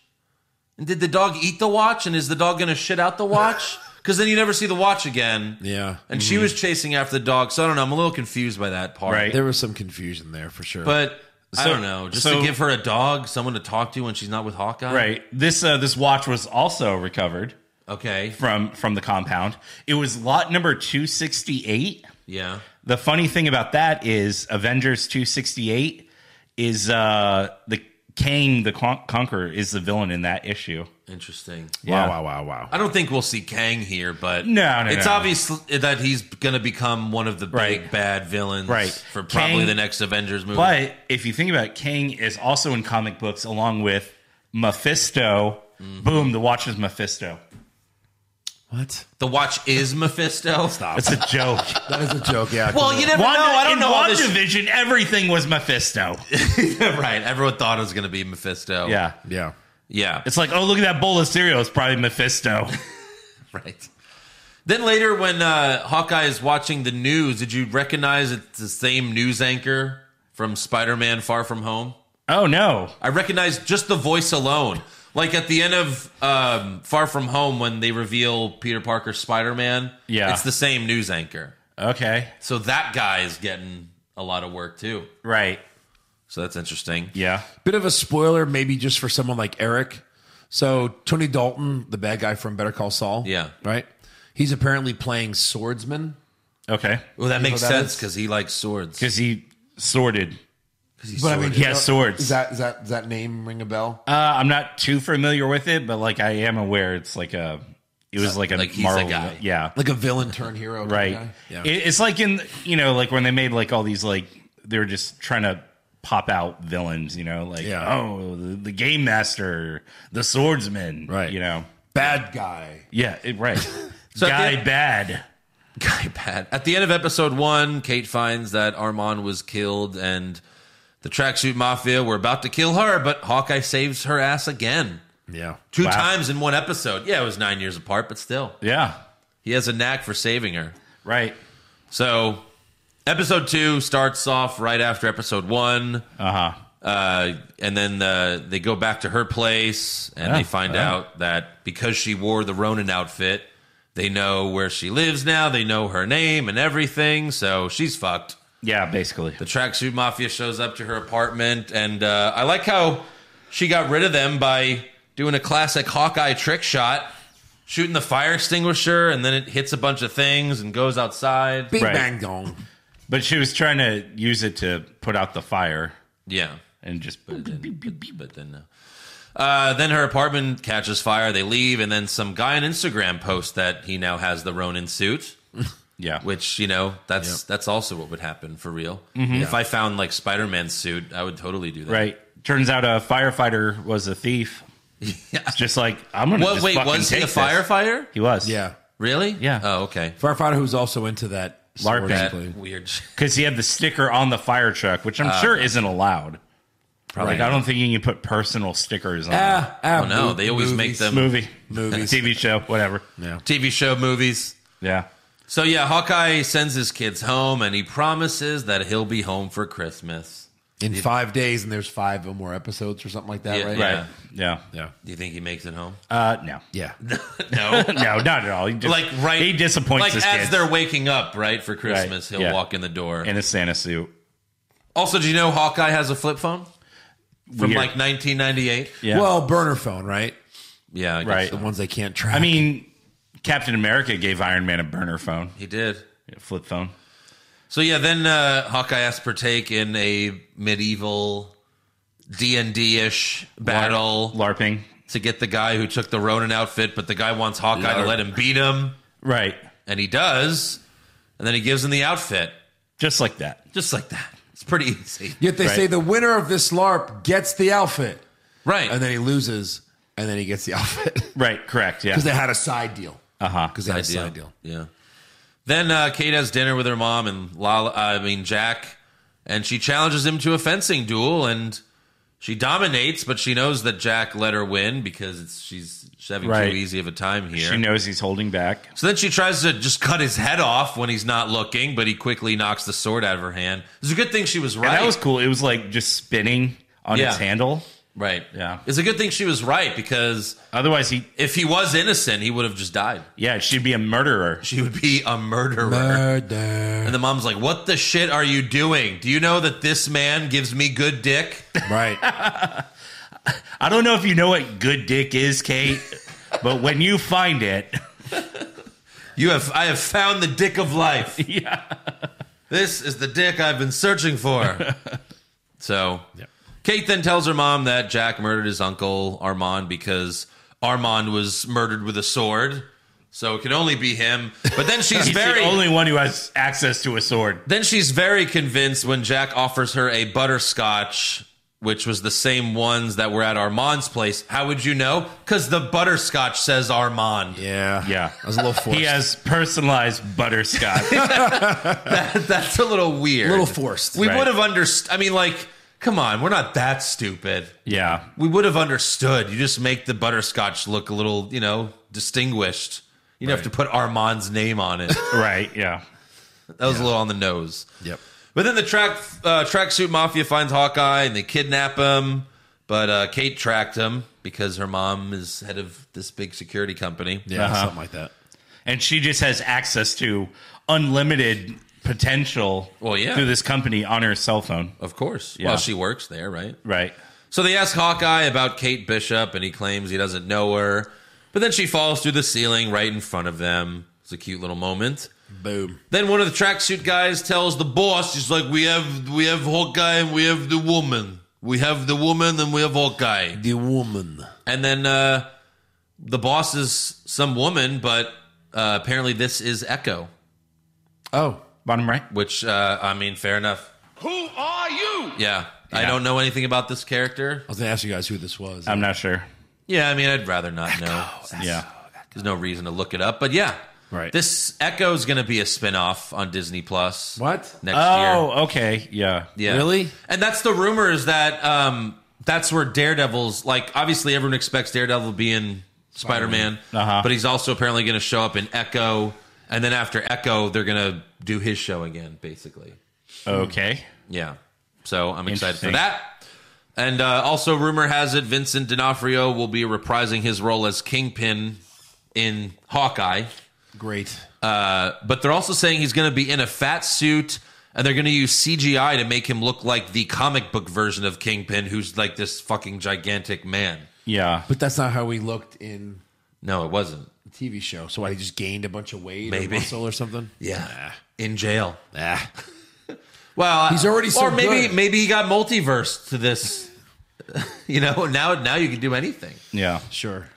Speaker 3: and did the dog eat the watch and is the dog gonna shit out the watch because then you never see the watch again
Speaker 6: Yeah,
Speaker 3: and she was chasing after the dog so i don't know i'm a little confused by that part
Speaker 5: Mm-hmm. Right.
Speaker 6: there was some confusion there for sure.
Speaker 3: but i
Speaker 5: So-
Speaker 3: don't know just
Speaker 5: so-
Speaker 3: to give her a dog someone to talk to when she's not with hawkeye
Speaker 5: right. This uh, this watch was also recovered
Speaker 3: okay
Speaker 5: from from the compound. It was lot number two sixty eight.
Speaker 3: yeah
Speaker 5: The funny thing about that is Avengers 268 is uh the Kang the Con- Conqueror is the villain in that issue.
Speaker 3: interesting
Speaker 5: Yeah.
Speaker 6: wow, wow, wow, wow.
Speaker 3: I don't think we'll see Kang here, but
Speaker 5: No, no,
Speaker 3: it's
Speaker 5: no.
Speaker 3: obvious that he's going to become one of the big
Speaker 5: Right.
Speaker 3: bad villains,
Speaker 5: Right.
Speaker 3: For probably
Speaker 5: Kang-
Speaker 3: the next Avengers movie.
Speaker 5: But if you think about it, Kang is also in comic books along with Mephisto.
Speaker 6: Mm-hmm.
Speaker 5: Boom, the watch is Mephisto.
Speaker 6: What?
Speaker 3: the watch is Mephisto.
Speaker 5: It's a joke.
Speaker 6: That is a joke. Yeah.
Speaker 3: Well, you never
Speaker 5: Wanda,
Speaker 3: know. I don't
Speaker 5: in
Speaker 3: know all this.
Speaker 5: WandaVision, everything was Mephisto.
Speaker 3: right? Everyone thought it was going to be Mephisto.
Speaker 5: yeah.
Speaker 6: yeah.
Speaker 3: yeah.
Speaker 5: It's like, oh, look at that bowl of cereal. It's probably Mephisto.
Speaker 3: right. Then later, when uh, Hawkeye is watching the news, did you recognize it's the same news anchor from Spider-Man: Far From Home?
Speaker 5: oh, no.
Speaker 3: I recognize just the voice alone. Like at the end of um, Far From Home, when they reveal Peter Parker's Spider Man,
Speaker 5: Yeah.
Speaker 3: it's the same news anchor.
Speaker 5: Okay.
Speaker 3: So that guy is getting a lot of work too.
Speaker 5: Right.
Speaker 3: So that's interesting.
Speaker 5: Yeah.
Speaker 6: Bit of a spoiler, maybe just for someone like Eric. So Tony Dalton, the bad guy from Better Call Saul.
Speaker 3: Yeah.
Speaker 6: Right. He's apparently playing swordsman.
Speaker 5: Okay.
Speaker 3: Well, that makes
Speaker 6: that
Speaker 3: sense
Speaker 6: is?
Speaker 3: because he likes swords.
Speaker 5: Because he sorted.
Speaker 4: but I mean,
Speaker 5: He has swords.
Speaker 4: Is that, is that, does that name ring a bell?
Speaker 5: Uh, I'm not too familiar with it, but like I am aware it's like a It was like a
Speaker 3: like he's the
Speaker 5: Marvel,
Speaker 3: guy.
Speaker 5: yeah,
Speaker 6: like a villain turn hero, kind of
Speaker 5: right.
Speaker 6: guy. Yeah.
Speaker 5: It, it's like in you know, like when they made like all these like they were just trying to pop out villains, you know, like
Speaker 6: Yeah.
Speaker 5: oh the, the game master, the swordsman,
Speaker 6: Right.
Speaker 5: You know,
Speaker 6: Bad guy.
Speaker 5: yeah, it, right.
Speaker 3: So at the
Speaker 5: Guy
Speaker 3: end-
Speaker 5: bad.
Speaker 3: Guy Pat. At the end of episode one, Kate finds that Armand was killed and the tracksuit mafia were about to kill her, but Hawkeye saves her ass again.
Speaker 6: Yeah.
Speaker 3: Two
Speaker 5: Wow.
Speaker 3: times in one episode. Yeah, it was nine years apart, but still.
Speaker 5: Yeah,
Speaker 3: He has a knack for saving her.
Speaker 5: right.
Speaker 3: So, episode two starts off right after episode one.
Speaker 5: Uh huh.
Speaker 3: Uh, and then uh, they go back to her place and
Speaker 5: Yeah,
Speaker 3: they find
Speaker 5: yeah.
Speaker 3: out that because she wore the Ronin outfit, they know where she lives now. They know her name and everything. So, she's fucked.
Speaker 5: Yeah, basically.
Speaker 3: The tracksuit mafia shows up to her apartment, and uh, I like how she got rid of them by doing a classic Hawkeye trick shot, shooting the fire extinguisher, and then it hits a bunch of things and goes outside.
Speaker 6: Big
Speaker 5: Right.
Speaker 6: bang dong.
Speaker 5: But she was trying to use it to put out the fire
Speaker 3: Yeah.
Speaker 5: and just
Speaker 3: But then, uh, uh, then her apartment catches fire. They leave, and then some guy on Instagram posts that he now has the Ronin suit.
Speaker 5: yeah.
Speaker 3: Which you know, that's that's also what would happen for real. If I found like Spider Man's suit, I would totally do that.
Speaker 5: Mm-hmm. Right. Turns out a firefighter was a thief. It's just like I'm gonna.
Speaker 3: What?
Speaker 5: just
Speaker 3: Wait,
Speaker 5: fucking
Speaker 3: was he
Speaker 5: take
Speaker 3: a
Speaker 5: this.
Speaker 3: firefighter?
Speaker 5: He was.
Speaker 6: Yeah.
Speaker 3: Really?
Speaker 5: Yeah.
Speaker 3: Oh, okay.
Speaker 6: Firefighter who's also into that sword
Speaker 5: LARPing.
Speaker 6: play.
Speaker 3: That weird. sh-
Speaker 5: because he had the sticker on the fire truck, which I'm
Speaker 3: Uh,
Speaker 5: sure isn't allowed. Like I don't think you can put personal stickers on a
Speaker 6: Ah, ah,
Speaker 3: Oh no,
Speaker 6: mo-
Speaker 3: they always make
Speaker 6: movies.
Speaker 3: them
Speaker 5: movie,
Speaker 6: Movies.
Speaker 5: TV show, whatever.
Speaker 3: TV show movies.
Speaker 5: Yeah,
Speaker 3: So yeah, Hawkeye sends his kids home, and he promises that he'll be home for Christmas.
Speaker 6: in five.
Speaker 4: Five days, and there's five or more episodes or something like that,
Speaker 3: Yeah,
Speaker 4: right?
Speaker 3: yeah.
Speaker 5: right. Yeah, yeah.
Speaker 3: Do you think he makes it home?
Speaker 5: Uh, no,
Speaker 6: Yeah.
Speaker 3: no.
Speaker 5: no, not at all. He just,
Speaker 3: like right.
Speaker 5: he disappoints
Speaker 3: Like
Speaker 5: his
Speaker 3: as
Speaker 5: kids
Speaker 3: they're waking up, right for Christmas,
Speaker 5: Right,
Speaker 3: he'll
Speaker 5: yeah.
Speaker 3: walk in the door.
Speaker 5: in a Santa suit.
Speaker 3: also, do you know Hawkeye has a flip phone from
Speaker 5: Weird.
Speaker 3: like 1998?
Speaker 5: Yeah,
Speaker 6: Well, burner phone, right?
Speaker 3: Yeah, I guess
Speaker 5: right.
Speaker 6: The ones they can't track.
Speaker 5: I mean, Captain America gave Iron Man a burner phone,
Speaker 3: he did.
Speaker 5: a flip phone.
Speaker 3: So yeah, then uh, Hawkeye has to partake in a medieval D and D ish battle.
Speaker 5: LARPing,
Speaker 3: to get the guy who took the Ronin outfit, but the guy wants Hawkeye to let him beat him,
Speaker 5: right?
Speaker 3: and he does, and then he gives him the outfit
Speaker 5: Just like that.
Speaker 3: just like that. It's pretty easy,
Speaker 6: Yet they
Speaker 5: Right.
Speaker 6: say the winner of this LARP gets the outfit,
Speaker 3: right?
Speaker 6: and then he loses, and then he gets the outfit because
Speaker 5: Right. Correct. Yeah.
Speaker 6: they had a side deal.
Speaker 5: Uh huh.
Speaker 6: Because they had a
Speaker 3: Ideal.
Speaker 6: side deal.
Speaker 3: yeah. Then uh, Kate has dinner with her mom and Lala. uh, I mean Jack, and she challenges him to a fencing duel, and she dominates, but she knows that Jack let her win because it's, she's, she's having
Speaker 5: Right.
Speaker 3: too easy of a time here.
Speaker 5: She knows he's holding back.
Speaker 3: So then she tries to just cut his head off when he's not looking, but he quickly knocks the sword out of her hand. It's a good thing she was right.
Speaker 5: And that was cool. It was like just spinning on
Speaker 3: Yeah.
Speaker 5: its handle.
Speaker 3: Right.
Speaker 5: Yeah.
Speaker 3: It's a good thing she was right because
Speaker 5: Otherwise, he
Speaker 3: if he was innocent, he would have just died.
Speaker 5: yeah, she'd be a murderer.
Speaker 3: She would be a murderer.
Speaker 6: Murder.
Speaker 3: And the mom's like, What the shit are you doing? Do you know that this man gives me good dick?
Speaker 6: Right.
Speaker 5: I don't know if you know what good dick is, Kate, but when you find it,
Speaker 3: You have I have found the dick of life. yeah. This is the dick I've been searching for. so Kate then tells her mom that Jack murdered his uncle Armand because Armand was murdered with a sword. So it can only be him. But then she's
Speaker 5: he's
Speaker 3: very
Speaker 5: the only one who has access to a sword.
Speaker 3: Then she's very convinced when Jack offers her a butterscotch, which was the same ones that were at Armand's place. How would you know? Because the butterscotch says Armand.
Speaker 6: Yeah.
Speaker 5: Yeah.
Speaker 6: That was a little forced.
Speaker 5: He has personalized butterscotch.
Speaker 3: That's a little weird.
Speaker 6: a little forced.
Speaker 3: We
Speaker 5: Right.
Speaker 3: would have understood. I mean, like, come on, we're not that stupid.
Speaker 5: yeah.
Speaker 3: We would have understood. You just make the butterscotch look a little, you know, distinguished. You would have to put Armand's name on it.
Speaker 5: Right. Yeah.
Speaker 3: That was a little on the nose.
Speaker 6: Yep.
Speaker 3: But then the track uh, tracksuit mafia finds Hawkeye and they kidnap him. But uh, Kate tracked him because her mom is head of this big security company.
Speaker 6: Yeah. Something like that.
Speaker 5: And she just has access to unlimited potential
Speaker 3: Well, yeah.
Speaker 5: through this company on her cell phone.
Speaker 3: Of course.
Speaker 5: Yeah.
Speaker 3: Well, she works there, right?
Speaker 5: Right.
Speaker 3: So they ask Hawkeye about Kate Bishop and he claims he doesn't know her. But then she falls through the ceiling right in front of them. It's a cute little moment.
Speaker 6: Boom.
Speaker 3: Then one of the tracksuit guys tells the boss, he's like, "We have we have Hawkeye and we have the woman. We have the woman and we have Hawkeye."
Speaker 6: The woman.
Speaker 3: And then uh, the boss is some woman, but uh, apparently this is Echo,
Speaker 6: Oh,
Speaker 5: Bottom right.
Speaker 3: which uh, I mean, fair enough.
Speaker 8: Who are you?
Speaker 3: Yeah. I
Speaker 5: Yeah.
Speaker 3: don't know anything about this character.
Speaker 6: I was going to ask you guys who this was.
Speaker 5: I'm not sure.
Speaker 3: Yeah, I mean, I'd rather not know.
Speaker 5: Yeah.
Speaker 3: There's no reason to look it up, but yeah.
Speaker 6: Right.
Speaker 3: This Echo is going to be a spin-off on Disney Plus.
Speaker 6: What?
Speaker 3: Next year.
Speaker 5: Oh, okay. Yeah.
Speaker 3: Yeah.
Speaker 6: Really?
Speaker 3: And that's the rumor is that um, that's where Daredevil's like obviously everyone expects Daredevil to be in Spider Man,
Speaker 5: Uh-huh.
Speaker 3: but he's also apparently going to show up in Echo, and then after Echo, they're going to do his show again, basically.
Speaker 5: Okay.
Speaker 3: Yeah. So I'm excited for
Speaker 5: Interesting.
Speaker 3: that. And uh, also, rumor has it Vincent D'Onofrio will be reprising his role as Kingpin in Hawkeye.
Speaker 6: Great.
Speaker 3: Uh, But they're also saying he's going to be in a fat suit, and they're going to use CGI to make him look like the comic book version of Kingpin, who's like this fucking gigantic man.
Speaker 5: Yeah.
Speaker 6: But that's not how he looked in
Speaker 3: No, it wasn't.
Speaker 6: the TV show. So I just gained a bunch of weight
Speaker 3: Maybe.
Speaker 6: or muscle or something.
Speaker 3: Yeah, in jail. Well,
Speaker 6: He's already
Speaker 3: or
Speaker 6: so
Speaker 3: maybe
Speaker 6: good.
Speaker 3: maybe he got multiversed to this. you know, now now you can do anything.
Speaker 5: Yeah.
Speaker 6: Sure.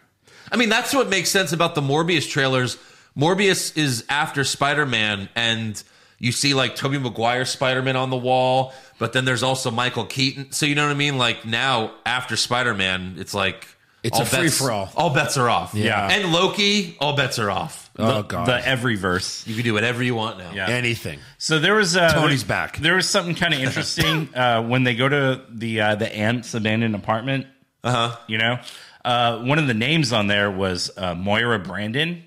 Speaker 3: I mean, that's what makes sense about the Morbius trailers. Morbius is after Spider Man, and you see like Tobey Maguire Spider Man on the wall, but then there's also Michael Keaton. So you know what I mean? Like now, after Spider Man, it's like
Speaker 6: It's a free-for-all.
Speaker 3: All bets are off.
Speaker 5: Yeah.
Speaker 3: and Loki, all bets are off.
Speaker 6: Oh, God.
Speaker 5: The Everyverse.
Speaker 3: You can do whatever you want now.
Speaker 5: Yeah.
Speaker 6: Anything.
Speaker 5: So there was uh,
Speaker 6: Tony's
Speaker 5: there-
Speaker 6: back.
Speaker 5: There was something kind of interesting uh, when they go to the uh, the ants abandoned apartment. Uh
Speaker 6: Uh-huh.
Speaker 5: huh. You know, uh, one of the names on there was uh, Moira Brandon,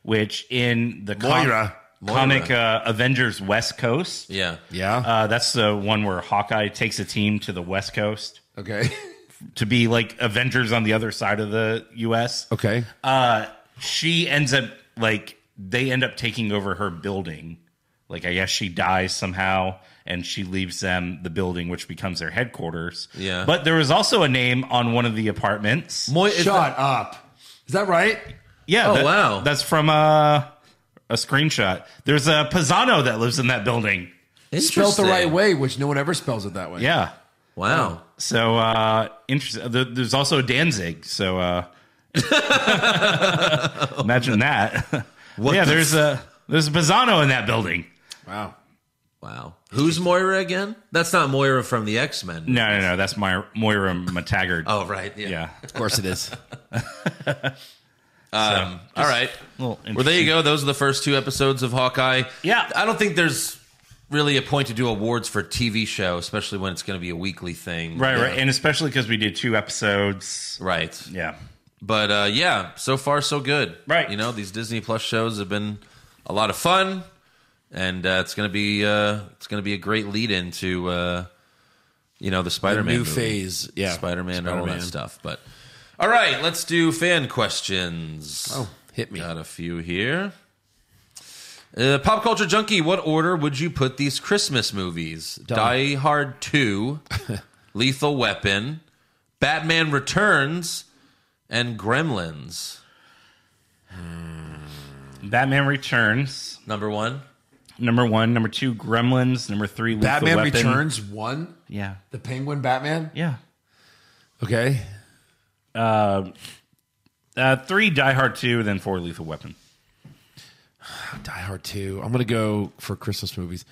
Speaker 5: which in the com-
Speaker 6: Moira.
Speaker 5: comic uh, Avengers West Coast.
Speaker 3: yeah,
Speaker 6: Yeah.
Speaker 5: Uh, that's the one where Hawkeye takes a team to the West Coast
Speaker 6: okay.
Speaker 5: to be like Avengers on the other side of the U.S.
Speaker 6: okay.
Speaker 5: Uh, she ends up like they end up taking over her building. Like I guess she dies somehow, and she leaves them the building, which becomes their headquarters.
Speaker 3: Yeah.
Speaker 5: But there was also a name on one of the apartments.
Speaker 3: Moi- is
Speaker 6: Shut up. Is that right?
Speaker 5: yeah.
Speaker 3: Oh,
Speaker 5: that-
Speaker 3: wow.
Speaker 5: That's from uh, a screenshot. There's a Pisano that lives in that building.
Speaker 3: that-
Speaker 6: Spelled the
Speaker 3: Interesting.
Speaker 6: right way, which no one ever spells it that way.
Speaker 5: Yeah.
Speaker 3: Wow.
Speaker 5: So uh interesting. There, there's also a Danzig. So uh imagine that. yeah,
Speaker 3: the
Speaker 5: there's a there's a Pisano in that building.
Speaker 6: Wow.
Speaker 3: Wow. Who's Moira again? That's not Moira from the X Men.
Speaker 5: No, no, no. That's my Moira McTaggart.
Speaker 3: Oh, right. Yeah.
Speaker 5: yeah.
Speaker 6: Of course it is.
Speaker 3: Um, all right.
Speaker 5: Well,
Speaker 3: Well, there you go. Those are the first two episodes of Hawkeye.
Speaker 5: Yeah.
Speaker 3: I don't think there's really a point to do awards for TV show, especially when it's going to be a weekly thing.
Speaker 5: Right, right, and especially because we did two episodes.
Speaker 3: Right.
Speaker 5: Yeah,
Speaker 3: But uh, yeah, so far so good.
Speaker 5: Right.
Speaker 3: You know, these Disney Plus shows have been a lot of fun, and uh, it's going to be uh, it's going to be a great lead into uh, you know the Spider-Man
Speaker 6: new
Speaker 3: movie.
Speaker 6: phase. Yeah.
Speaker 3: Spider-Man, and all that
Speaker 6: Spider-Man.
Speaker 3: stuff. But all right, let's do fan questions.
Speaker 6: Oh, hit me.
Speaker 3: Got a few here. Uh, Pop culture junkie, what order would you put these Christmas movies? Die Hard Two, Lethal Weapon, Batman Returns, and Gremlins.
Speaker 5: Batman Returns,
Speaker 3: Number one.
Speaker 5: number one, number two, Gremlins, number three, Lethal
Speaker 6: Batman
Speaker 5: Weapon.
Speaker 6: Returns 1.
Speaker 5: Yeah,
Speaker 6: The Penguin Batman.
Speaker 5: yeah.
Speaker 6: Okay.
Speaker 5: Uh, three, Die Hard two, then four, Lethal Weapon.
Speaker 6: Die Hard 2. I'm going to go for Christmas movies.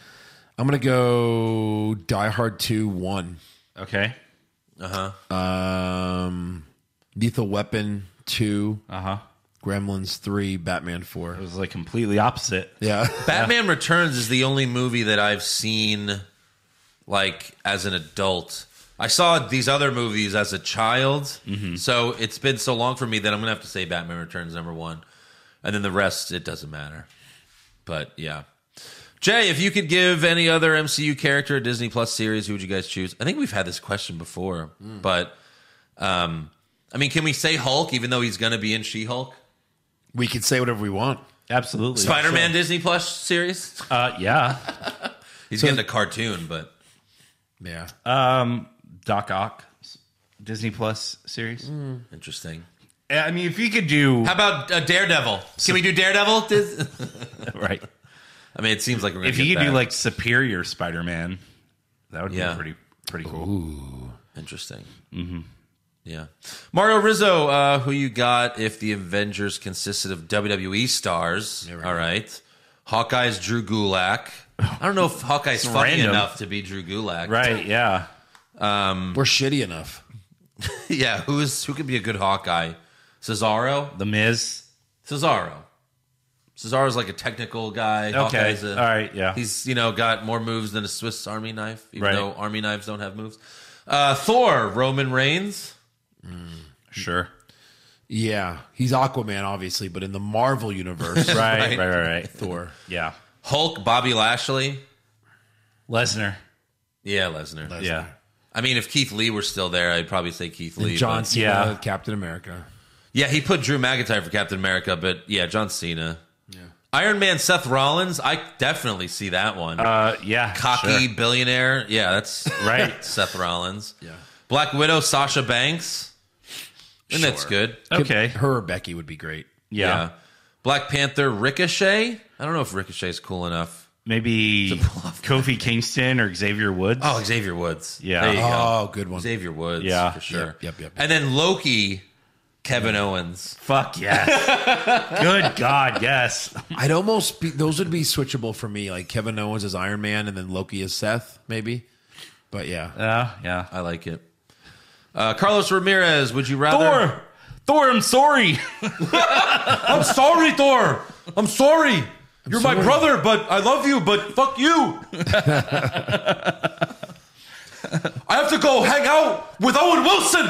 Speaker 6: I'm going to go Die Hard 2 1.
Speaker 5: Okay,
Speaker 6: Um, Lethal Weapon 2.
Speaker 5: uh huh.
Speaker 6: Gremlins 3. Batman 4.
Speaker 5: It was like completely opposite.
Speaker 6: Yeah.
Speaker 3: Batman Returns is the only movie that I've seen like as an adult. I saw these other movies as a child, so it's been so long for me that I'm gonna have to say Batman Returns number one, and then the rest it doesn't matter. But yeah, Jay, if you could give any other MCU character a Disney Plus series, who would you guys choose? I think we've had this question before, but um, I mean, can we say Hulk even though he's gonna be in She Hulk?
Speaker 6: we can say whatever we want.
Speaker 5: Absolutely,
Speaker 3: Spider Man Disney Plus series?
Speaker 5: Uh, yeah,
Speaker 3: He's getting a cartoon, but.
Speaker 6: Yeah.
Speaker 5: um, Doc Ock, Disney Plus series.
Speaker 3: Interesting.
Speaker 5: I mean, if you could do
Speaker 3: Mm. How about uh, Daredevil? Can we do Daredevil? Does-
Speaker 5: right,
Speaker 3: I mean, it seems like we're gonna
Speaker 5: if
Speaker 3: get
Speaker 5: you could do
Speaker 3: that.
Speaker 5: like Superior Spider Man, that would
Speaker 3: Yeah.
Speaker 5: be pretty pretty cool.
Speaker 3: Mm-hmm. interesting. Yeah. Mario Rizzo, uh, who you got if the Avengers consisted of WWE stars? All right. Oh. Hawkeye's Drew Gulak. I don't know if Hawkeye's funny
Speaker 5: random.
Speaker 3: enough to be Drew Gulak.
Speaker 5: Right. Yeah.
Speaker 6: We're shitty enough.
Speaker 3: Yeah. Who is who could be a good Hawkeye? Cesaro.
Speaker 5: The Miz.
Speaker 3: Cesaro. Cesaro's like a technical guy. Hawkeye's a,
Speaker 5: All right, yeah.
Speaker 3: He's you know got more moves than a Swiss Army knife, even
Speaker 5: Right.
Speaker 3: though Army knives don't have moves. Uh, Thor. Roman Reigns.
Speaker 5: Sure.
Speaker 6: Yeah, he's Aquaman, obviously, but in the Marvel universe,
Speaker 5: Right. right. Right. Right.
Speaker 6: Thor,
Speaker 5: Yeah.
Speaker 3: Hulk. Bobby Lashley.
Speaker 5: Lesnar.
Speaker 3: Yeah, Lesnar.
Speaker 5: Yeah.
Speaker 3: I mean, if Keith Lee were still there, I'd probably say Keith Lee. but-
Speaker 6: John Cena,
Speaker 5: Yeah.
Speaker 6: Captain America.
Speaker 3: Yeah, he put Drew McIntyre for Captain America, but yeah, John Cena. Iron Man Seth Rollins, I definitely see that one.
Speaker 5: Uh, yeah.
Speaker 3: Cocky
Speaker 5: sure.
Speaker 3: billionaire. Yeah, that's
Speaker 5: Right.
Speaker 3: Seth Rollins. Yeah. Black Widow Sasha Banks. And that's good.
Speaker 5: Okay.
Speaker 6: Her or Becky would be great.
Speaker 5: Yeah.
Speaker 3: Black Panther Ricochet. I don't know if Ricochet's cool enough.
Speaker 5: Maybe
Speaker 3: bluff.
Speaker 5: Kofi Kingston or Xavier Woods.
Speaker 3: Oh, Xavier Woods.
Speaker 5: Yeah.
Speaker 3: There you go.
Speaker 6: Oh, good one.
Speaker 3: Xavier Woods.
Speaker 5: Yeah.
Speaker 3: For sure.
Speaker 6: Yep, yep, yep.
Speaker 3: And then Loki, Kevin Owens.
Speaker 5: Fuck yes. Good God, yes.
Speaker 6: I'd almost be those would be switchable for me, like Kevin Owens as Iron Man and then Loki as Seth, maybe. But yeah,
Speaker 5: Uh, yeah.
Speaker 3: I like it. Uh, Carlos Ramirez, would you rather?
Speaker 5: Thor. Thor, I'm sorry.
Speaker 3: I'm sorry, Thor. I'm sorry. You're my brother, but I love you, but fuck you. I have to go hang out with Owen Wilson.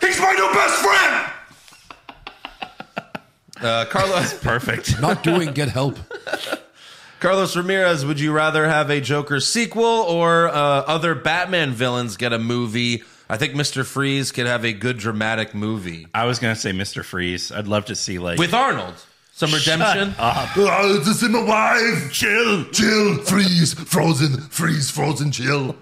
Speaker 7: He's my new best friend!
Speaker 3: Uh, Carlos
Speaker 5: Perfect.
Speaker 6: not doing get help.
Speaker 3: Carlos Ramirez, would you rather have a Joker sequel or uh, other Batman villains get a movie? I think Mr. Freeze could have a good dramatic movie
Speaker 5: I was gonna say Mr. Freeze. I'd love to see like
Speaker 3: with Arnold. Some redemption.
Speaker 7: Uh, this is my wife! Chill! Chill! Freeze! Frozen! Freeze! Frozen! Chill!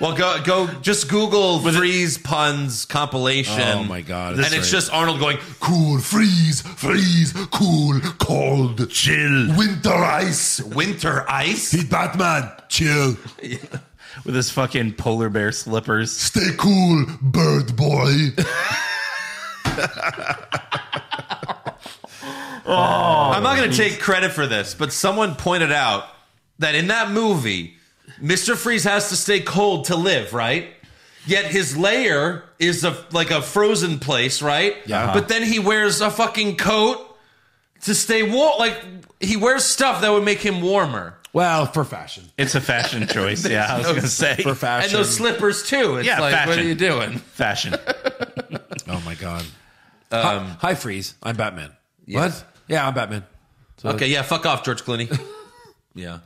Speaker 3: Well, go go. Just Google freeze puns compilation.
Speaker 6: Oh my God,
Speaker 3: And
Speaker 6: that's
Speaker 3: it's
Speaker 6: right.
Speaker 3: just Arnold going.
Speaker 7: Cool! Freeze! Freeze! Cool! Cold!
Speaker 5: chill
Speaker 7: Winter ice!
Speaker 3: Winter ice.
Speaker 7: He's Batman! Chill!
Speaker 5: with his fucking polar bear slippers.
Speaker 7: Stay cool, bird boy!
Speaker 3: I'm not going to take credit for this, but someone pointed out that in that movie, Mister Freeze has to stay cold to live, right? Yet his lair is a like a frozen place, right?
Speaker 6: Yeah.
Speaker 3: But then he wears a fucking coat to stay warm. Like he wears stuff that would make him warmer,
Speaker 6: Well, for fashion,
Speaker 5: It's a fashion choice. yeah, I was gonna say
Speaker 6: for fashion.
Speaker 3: and those slippers too. It's
Speaker 5: Yeah,
Speaker 3: like, what are
Speaker 5: fashion.
Speaker 3: you doing?
Speaker 5: fashion.
Speaker 6: oh my god.
Speaker 3: Um,
Speaker 6: hi, hi, freeze. I'm Batman. What? Yeah, I'm Batman.
Speaker 3: Okay, yeah, fuck off, George Clooney. yeah.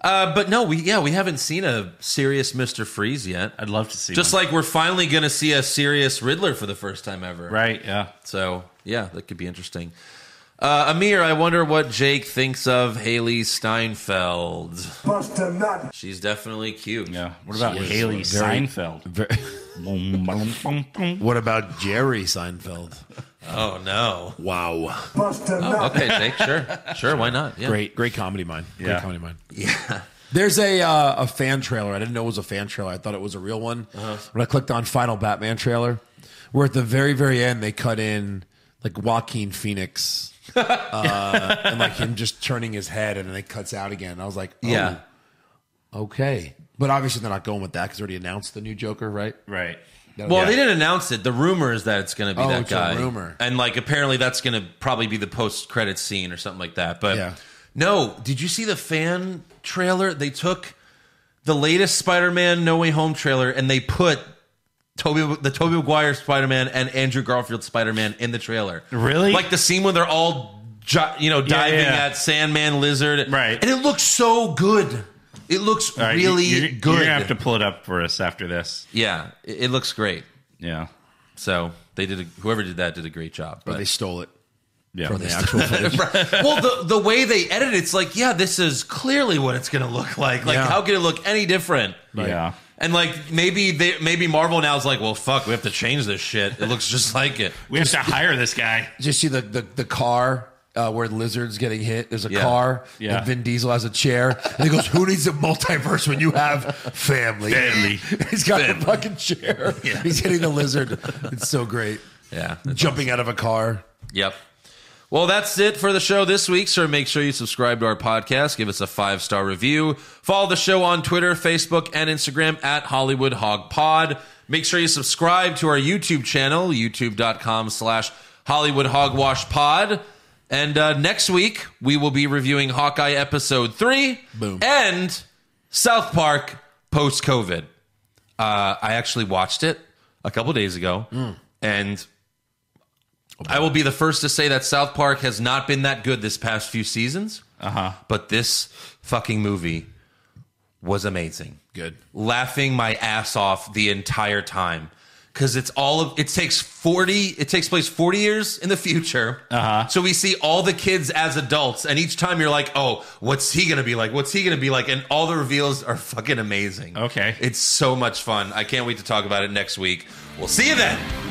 Speaker 3: Uh, but no, we yeah, we haven't seen a serious Mr. Freeze yet.
Speaker 5: I'd love to see
Speaker 3: Just
Speaker 5: one.
Speaker 3: like we're finally gonna see a serious Riddler for the first time ever.
Speaker 5: right. Yeah.
Speaker 3: So yeah, that could be interesting. Uh, Amir, I wonder what Jake thinks of Haley Steinfeld.
Speaker 7: Bust a nut!
Speaker 3: She's definitely cute.
Speaker 5: Yeah. What about
Speaker 6: She is very-
Speaker 5: Haley Seinfeld?
Speaker 6: Ver-
Speaker 5: Boom, boom, boom, boom.
Speaker 6: what about Jerry Seinfeld?
Speaker 3: Oh no.
Speaker 6: Wow,
Speaker 7: Bust a nut!
Speaker 3: Okay, Jake. Sure. Sure. Why not? Yeah.
Speaker 6: great, great comedy mind. Great
Speaker 5: Yeah.
Speaker 6: comedy mind. Yeah. There's a uh, a fan trailer. I didn't know it was a fan trailer. I thought it was a real one. When I clicked on Final Batman trailer, where at the very very end they cut in like Joaquin Phoenix uh, and like him just turning his head, and then it cuts out again. I was like, oh,
Speaker 3: Yeah.
Speaker 6: okay. But obviously they're not going with that because already announced the new Joker, right?
Speaker 5: Right.
Speaker 3: Well,
Speaker 5: Yeah.
Speaker 3: they didn't announce it. The rumor is that it's going to be
Speaker 6: Oh,
Speaker 3: that
Speaker 6: it's a
Speaker 3: guy.
Speaker 6: rumor.
Speaker 3: and like apparently that's going to probably be the post credit scene or something like that. But
Speaker 6: Yeah.
Speaker 3: no, did you see the fan trailer? They took the latest Spider-Man No Way Home trailer and they put Toby the Toby Maguire Spider-Man and Andrew Garfield Spider-Man in the trailer.
Speaker 5: Really?
Speaker 3: Like the scene when they're all ju- you know diving
Speaker 5: yeah.
Speaker 3: at Sandman Lizard,
Speaker 5: Right.
Speaker 3: And it looks so good. It looks
Speaker 5: All right, you-
Speaker 3: really
Speaker 5: you're,
Speaker 3: good.
Speaker 5: You're gonna have to pull it up for us after this.
Speaker 3: yeah, it, it looks great.
Speaker 5: Yeah.
Speaker 3: So they did. A, whoever did that did a great job.
Speaker 6: But
Speaker 3: But
Speaker 6: they stole it
Speaker 5: Yeah.
Speaker 6: from the actual footage.
Speaker 3: well, the the way they edit, it's like, yeah, this is clearly what it's going to look like. Like,
Speaker 6: Yeah.
Speaker 3: how could it look any different?
Speaker 5: Yeah.
Speaker 3: And like maybe they maybe Marvel now is like, well, fuck, we have to change this shit. It looks just like it.
Speaker 5: We have to hire this guy.
Speaker 6: Did you see the, the the car uh, where lizards getting hit. There's a
Speaker 3: Yeah.
Speaker 6: car.
Speaker 5: Yeah.
Speaker 6: And Vin Diesel has a chair. And he goes, "Who needs a multiverse when you have family?"
Speaker 5: Family.
Speaker 6: He's got a fucking chair. He's hitting the lizard. It's so great.
Speaker 3: Yeah.
Speaker 6: Jumping out of a car.
Speaker 3: Yep. Well, that's it for the show this week, sir. Make sure you subscribe to our podcast, give us a five star review, follow the show on Twitter, Facebook, and Instagram at Hollywood Hog Pod. Make sure you subscribe to our YouTube channel, youtube.com slash Hollywood Hogwash Pod. And uh, next week, we will be reviewing Hawkeye Episode 3
Speaker 6: Boom.
Speaker 3: and South Park post COVID. Uh, I actually watched it a couple days ago, and I will be the first to say that South Park has not been that good this past few seasons. Uh huh. But this fucking movie was amazing.
Speaker 6: Good.
Speaker 3: Laughing my ass off the entire time because it's all of it takes forty. It takes place forty years in the future. Uh huh. So we see all the kids as adults, and each time you're like, "Oh, what's he gonna be like? What's he gonna be like?" And all the reveals are fucking amazing.
Speaker 5: Okay.
Speaker 3: It's so much fun. I can't wait to talk about it next week. We'll see you then.